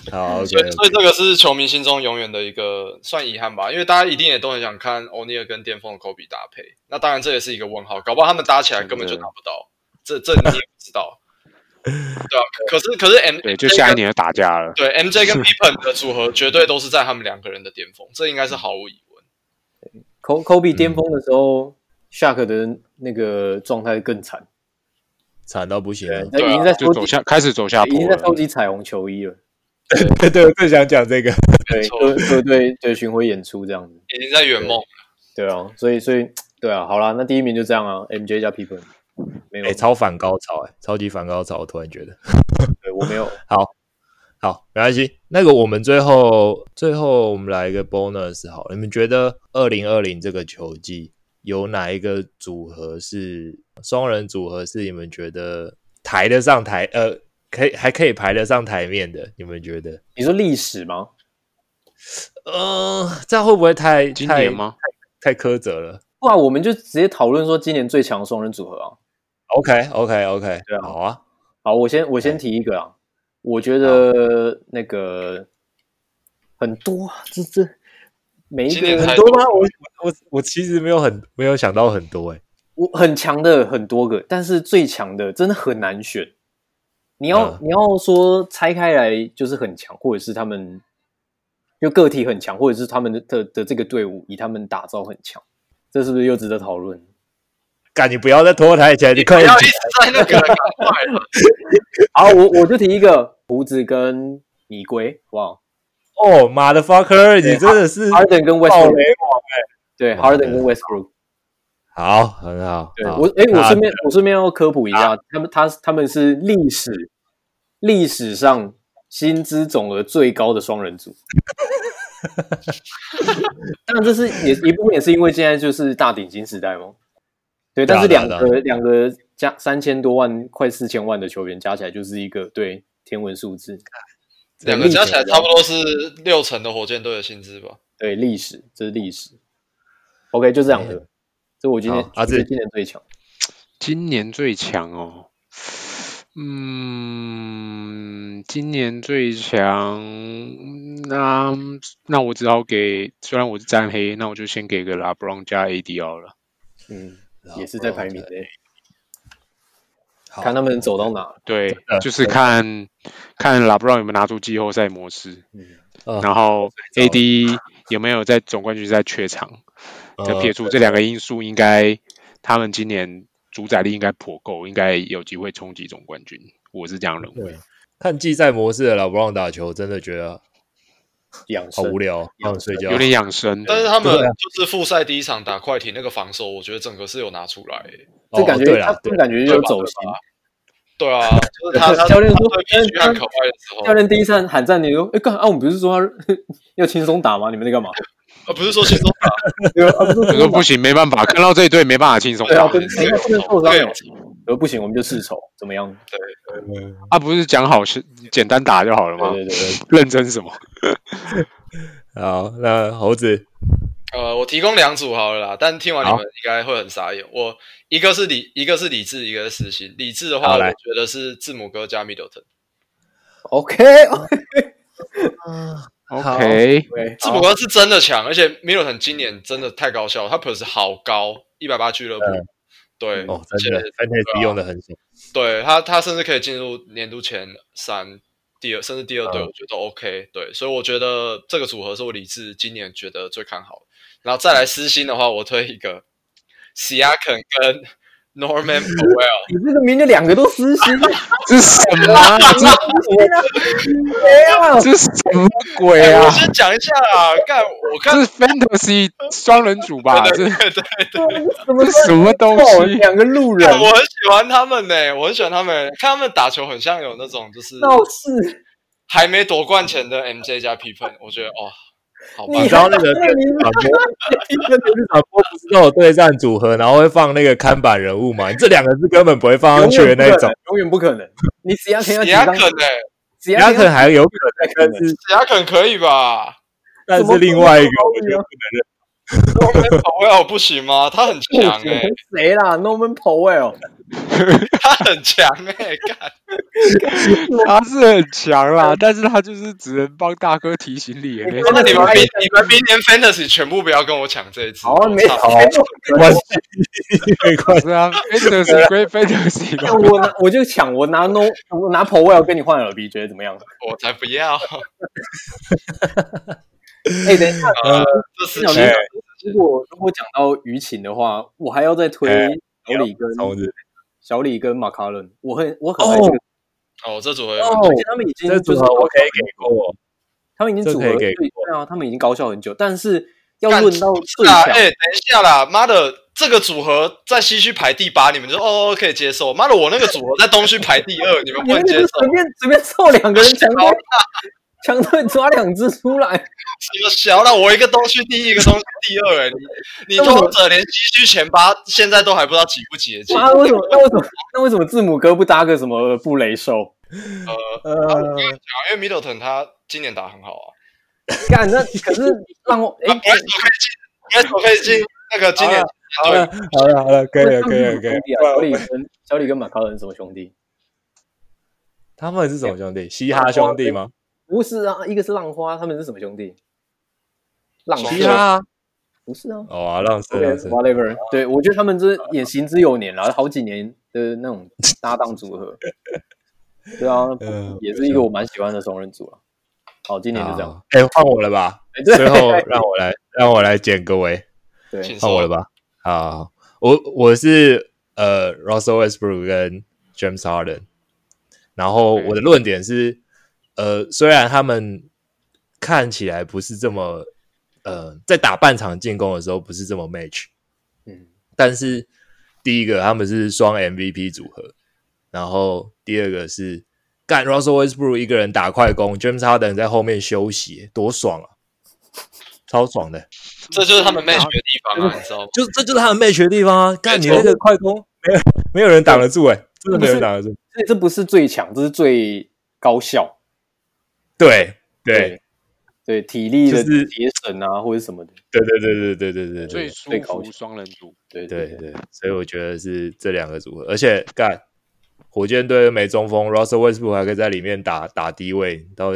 A: 好，OK，
C: 所以所以这个是球迷心中永远的一个算遗憾吧，因为大家一定也都很想看欧尼尔跟巅峰的科比搭配，那当然这也是一个问号，搞不好他们搭起来根本就
D: 真的
C: 打不到，这这你也不 知道，对啊，可是可是 M
D: 对，就下一年就打架了。
C: 对 MJ 跟 Pippen 的组合绝对都是在他们两个人的巅峰，这应该是毫无疑问。
E: 科科比巅峰的时候，夏克的那个状态更惨，
A: 惨到不行了。
E: 那
C: 对啊
E: 已经在
D: 就
E: 收
D: 走
E: 集，
D: 下，开始走下
E: 已经
D: 坡
E: 在收
D: 了。
E: 集彩虹球衣了。
A: 对 对，我正想讲这个。
E: 对，
C: 错
E: 各各队对巡回演出这样子。
C: 已经在圆梦，
E: 对啊，所以所以对啊，好啦，那第一名就这样啊，MJ 加 Pippen，没有，
A: 哎、超反高潮、哎，超级反高潮！我突然觉得，
E: 对我没有，
A: 好，没关系。那个，我们最后最后我们来一个 bonus 好了，你们觉得二零二零这个球季有哪一个组合是双人组合是你们觉得抬得上台，呃，可以还可以排得上台面的？你们觉得？
E: 你说历史吗？
A: 呃，这样会不会太
D: 今
A: 太
D: 年吗？
A: 太苛责了？
E: 不然我们就直接讨论说今年最强双人组合啊。
A: OK OK OK，
E: 对啊
A: 好啊，
E: 好，我先
C: 哎
E: 我先提一个啊，我觉得那个很多啊，这这每一
C: 今年
E: 个
C: 才
A: 很多吗？我我我我其实没有很没有想到很多哎、
E: 我很强的很多个，但是最强的真的很难选。你要、
A: 嗯
E: 你要说拆开来就是很强，或者是他们就个体很强，或者是他们的的的这个队伍以他们打造很强，这是不是又值得讨论？
A: 嗯干，你不要再拖台前，你
C: 不
A: 快点
C: 要一直在那个，赶快了。
E: 好，我我就提一个胡子跟米龟，好不好？
A: 哦，妈的 fucker，你真的是
E: 哈登跟
A: 暴
E: Westbrook，
A: 嗯雷王哎、
E: 对，
A: 哇
E: 哈登跟 Westbrook，
A: 好，很好。
E: 对
A: 好
E: 我，哎，我
A: 那啊
E: 顺便我顺便要科普一下，他们他他们是历史历史上薪资总额最高的双人组。当然，这是也一部分也是因为现在就是大顶薪时代嘛。对，
A: 对啊
E: 但是
A: 对啊
E: 两个
A: 对
E: 两个加三千多万，快四千万的球员加起来就是一个对天文数字，
C: 两个加起来差不多是六成的火箭队的薪资吧。
E: 对历史，这是历史。OK，就这两个，这我今天
A: 哎好阿
E: 觉得
A: 志
E: 今年最强。
D: 今年最强哦，嗯，今年最强，那那我只好给，虽然我是沾黑，那我就先给个 LeBron 加 AD 好了。
E: 嗯，
A: 好
E: 也是在排名内，
A: 好
E: 看他们走到哪。
D: 对
A: 真的，
D: 就是看看 LeBron 有没有拿出季后赛模式，
A: 呃
D: 然后
A: 睡着了
D: AD 有没有在总冠军赛缺场。再
A: 呃
D: 撇除这两个因素，应该他们今年主宰力应该颇够，应该有机会冲击总冠军。我是这样认为。
A: 看季赛模式的老布朗打球，真的觉得
E: 养
A: 好
E: 生
A: 无聊，好想睡觉。
D: 有点养生，
C: 但是他们
A: 对啊
C: 就是复赛第一场打快艇那个防守，我觉得整个是有拿出来、欸
E: 这感觉、
A: 哦对
E: 他
A: 了，
E: 这
A: 对，
E: 感觉就
C: 对
E: 有
C: 吧
E: 走心。
C: 对啊，就是他他
E: 教练说
C: 他对必须和口外的时候
E: 教，练第一站喊暂停说：“哎，干啊，我们不是说要 要轻松打吗？你们在干嘛
C: 呃，不是说轻松打，？”
E: 对啊，不
D: 我
E: 是
D: 说不行，没办法，看到这一队没办法轻松
E: 对啊，
D: 打
E: 不。是
C: 这个有
E: 不能受伤
C: 这个有
E: 了。呃，不行，我们就世仇，怎么样？
D: 啊，不是讲好是简单打就好了吗？
E: 对对对 对，
D: 认真什么？
A: 好，那猴子
C: 呃，我提供两组好了啦，但听完你们应该会很傻眼。我一个是理，一个是理智，一个是实心。理智的话，
A: 好
C: 我
A: 来
C: 觉得是字母哥加米德顿。
E: OK
A: 好
D: OK，
E: OK，
C: 字母哥是真的强，而且米德顿今年真的太高效了，他 plus 好高，一百八俱乐部。
E: 嗯
C: 对，
A: 哦，
C: 而
A: 真的
C: 且
A: fantasy 用的很爽。
C: 对他，他甚至可以进入年度前三、第二，甚至第二队，我觉得都 OK。对，所以我觉得这个组合是我理智今年觉得最看好的。然后再来私心的话，我推一个 Siakam 跟 Norman Powell。
E: 你这个名就两个都私心，啊
D: 这是什么啊？
E: 哎呀，
D: 这这是什么鬼
C: 哎我
D: 啊？
C: 先讲一下啦，干我看
D: 这 是 Fantasy 双人组吧？这
C: 对对对，
E: 怎么
D: 这是什么东西
E: 两个路人
C: 我很喜欢他们呢、我很喜欢他们，看他们打球很像有那种就是
E: 闹事？
C: 还没夺冠前的 MJ 加 P 分，我觉得哦，好
E: 你
C: 棒
A: 知。道那 个电视转播，电视转播不是都有对战组合，然后会放那个看板人物 嘛？你这两个是根本不会放上去的那种。，
E: 永远不可能。你只要肯要
C: 史
E: 几
C: 亚
E: 张
C: 肯，呢、欸？
E: 只
A: 亚
E: 要
A: 肯还有可能，但是
C: 史亚肯可以吧？
A: 但
E: 怎么
A: 是
E: 可
A: 另外一个
E: 能
A: 我觉得
C: 跑位我不行吗？他很强 哎、
E: 谁啦？Norman Powell，
C: 他很强哎、干
D: 他是很强啦，但是他就是只能帮大哥提行李而已。
E: 真的
C: 你们明你们明年 Fantasy 全部不要跟我抢这一次。
E: 好啊，没
C: 我操
A: 没关 系，没关系。
D: 是啊，Fantasy 归 Fantasy 吧
E: 那。我拿我就抢，我拿 no，我拿 p o w e l 跟你换 LB，觉得怎么样？
C: 我才不要！
E: 哎、等一下，
C: 呃，这事
E: 小
C: 情
E: 林，如果如果讲到舆情的话，我还要再推
A: 哎
E: 小李跟、
A: 猴子，
E: 小李跟马卡伦，我很我很爱这个，
C: 哦，这组合
E: 而且他们已经
A: 这
E: 就
A: 组
E: 是
A: 合我可以给过，
E: 他们已经组合
A: 这可以
E: 对
A: 给
E: 对啊，他们已经高效很久，但是要
C: 干
E: 论到最
C: 是啊，
E: 强
C: 哎、，等一下啦，妈的，这个组合在西区排第八，你们就哦哦可以接受。妈的，我那个组合在东区排第 二，你
E: 你
C: 们不
E: 们
C: 能
E: 就
C: 接
E: 是
C: 受。
E: 随便随便凑两个人强队，强队抓两只出来，
C: 什么小啦，我一个东区第一，一个东区第二、哎，你你
E: 那为什么
C: 通者连西区前八现在都还不知道挤不挤得进。
E: 妈为什么？那为什么？那为什么字母哥不搭个什么布雷兽？
C: 呃，
E: 呃，
C: 因为 Middleton 他今年打很好啊，
E: 干那可是让我哎
C: 啊
E: 啊
C: 那 b r e s t 可以进 b r e s t 可以进那个今年
A: 嗯啊好了 好了好了，可以了可以了可以了。
E: 啊小李跟小李跟马卡伦什么兄弟？
A: 他们是什么兄弟？嘻哈兄弟吗？
E: 不是啊，一个是浪花，他们是什么兄弟？浪花
A: 嘻哈啊
E: 不是啊。
A: 哦啊，浪是
E: OK，
A: 浪是。
E: whatever，对我觉得他们这也行之有年了，好几年的那 种搭档组合，对啊
A: 嗯，
E: 也是一个我蛮喜欢的双人组啊。好，今年就这样，
A: 好。哎，换我了 吧？
E: 哎，对
A: 最后让我来让我来剪个尾。
E: 对
C: 请，
A: 换我了
C: 说。
A: 吧？好，我我是呃 Russell Westbrook 跟 James Harden，然后我的论点是，呃，虽然他们看起来不是这么呃，在打半场进攻的时候不是这么 match，
E: 嗯，
A: 但是第一个他们是双 MVP 组合，然后第二个是干 Russell Westbrook 一个人打快攻，James Harden 在后面休息，多爽啊！超爽的，
C: 这就是他们 match 的地方啊，你知道吗？
A: 就这就是他们 match 的地方啊！干
C: 没
A: 你
C: 错
A: 那个快攻，没有没有人挡得住哎、真的没有人挡得住。
E: 所以这不是最强，这是最高效，
A: 对对
E: 对，体力的
A: 就是
E: 节省啊，或者什么的，
A: 对对对对对对对
D: 最
A: 对
D: 舒
E: 最高
D: 服
E: 兴
D: 双人组，
E: 对
A: 对
E: 对，
A: 对，所以我觉得是这两个组合，而且干火箭队没中锋，Russell Westbrook 还可以在里面打打低位，到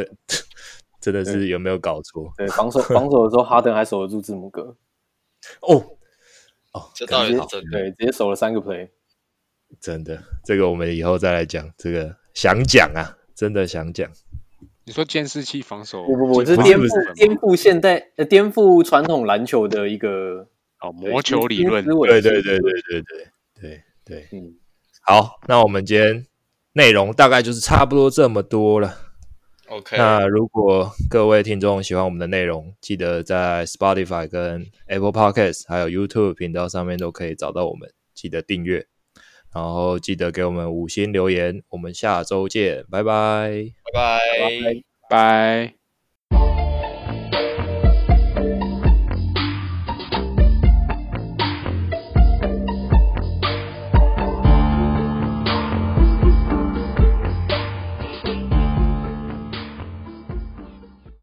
A: 真的是有没有搞错？
E: 对防 守防守的时候，哈登还守得住字母哥，
A: 哦哦，
C: 这倒也
A: 感
C: 是
A: 觉
C: 真的。
E: 对，直接守了三个 play，
A: 真的，这个我们以后再来讲。这个想讲啊，真的想讲。
D: 你说监视器防守
E: 不不不，这
D: 进
E: 是
D: 攻
E: 颠
A: 不是
D: 部分吗
E: 覆颠覆现代呃颠覆传统篮球的一个
D: 哦魔球理论
E: 思，维
A: 对对对对对对对对，
E: 嗯，
A: 好，那我们今天内容大概就是差不多这么多了。
C: OK，
A: 那如果各位听众喜欢我们的内容，记得在 Spotify、跟 Apple Podcast 还有 YouTube 频道上面都可以找到我们，记得订阅，然后记得给我们五星留言。我们下周见，拜拜。
C: 拜拜。
D: 拜。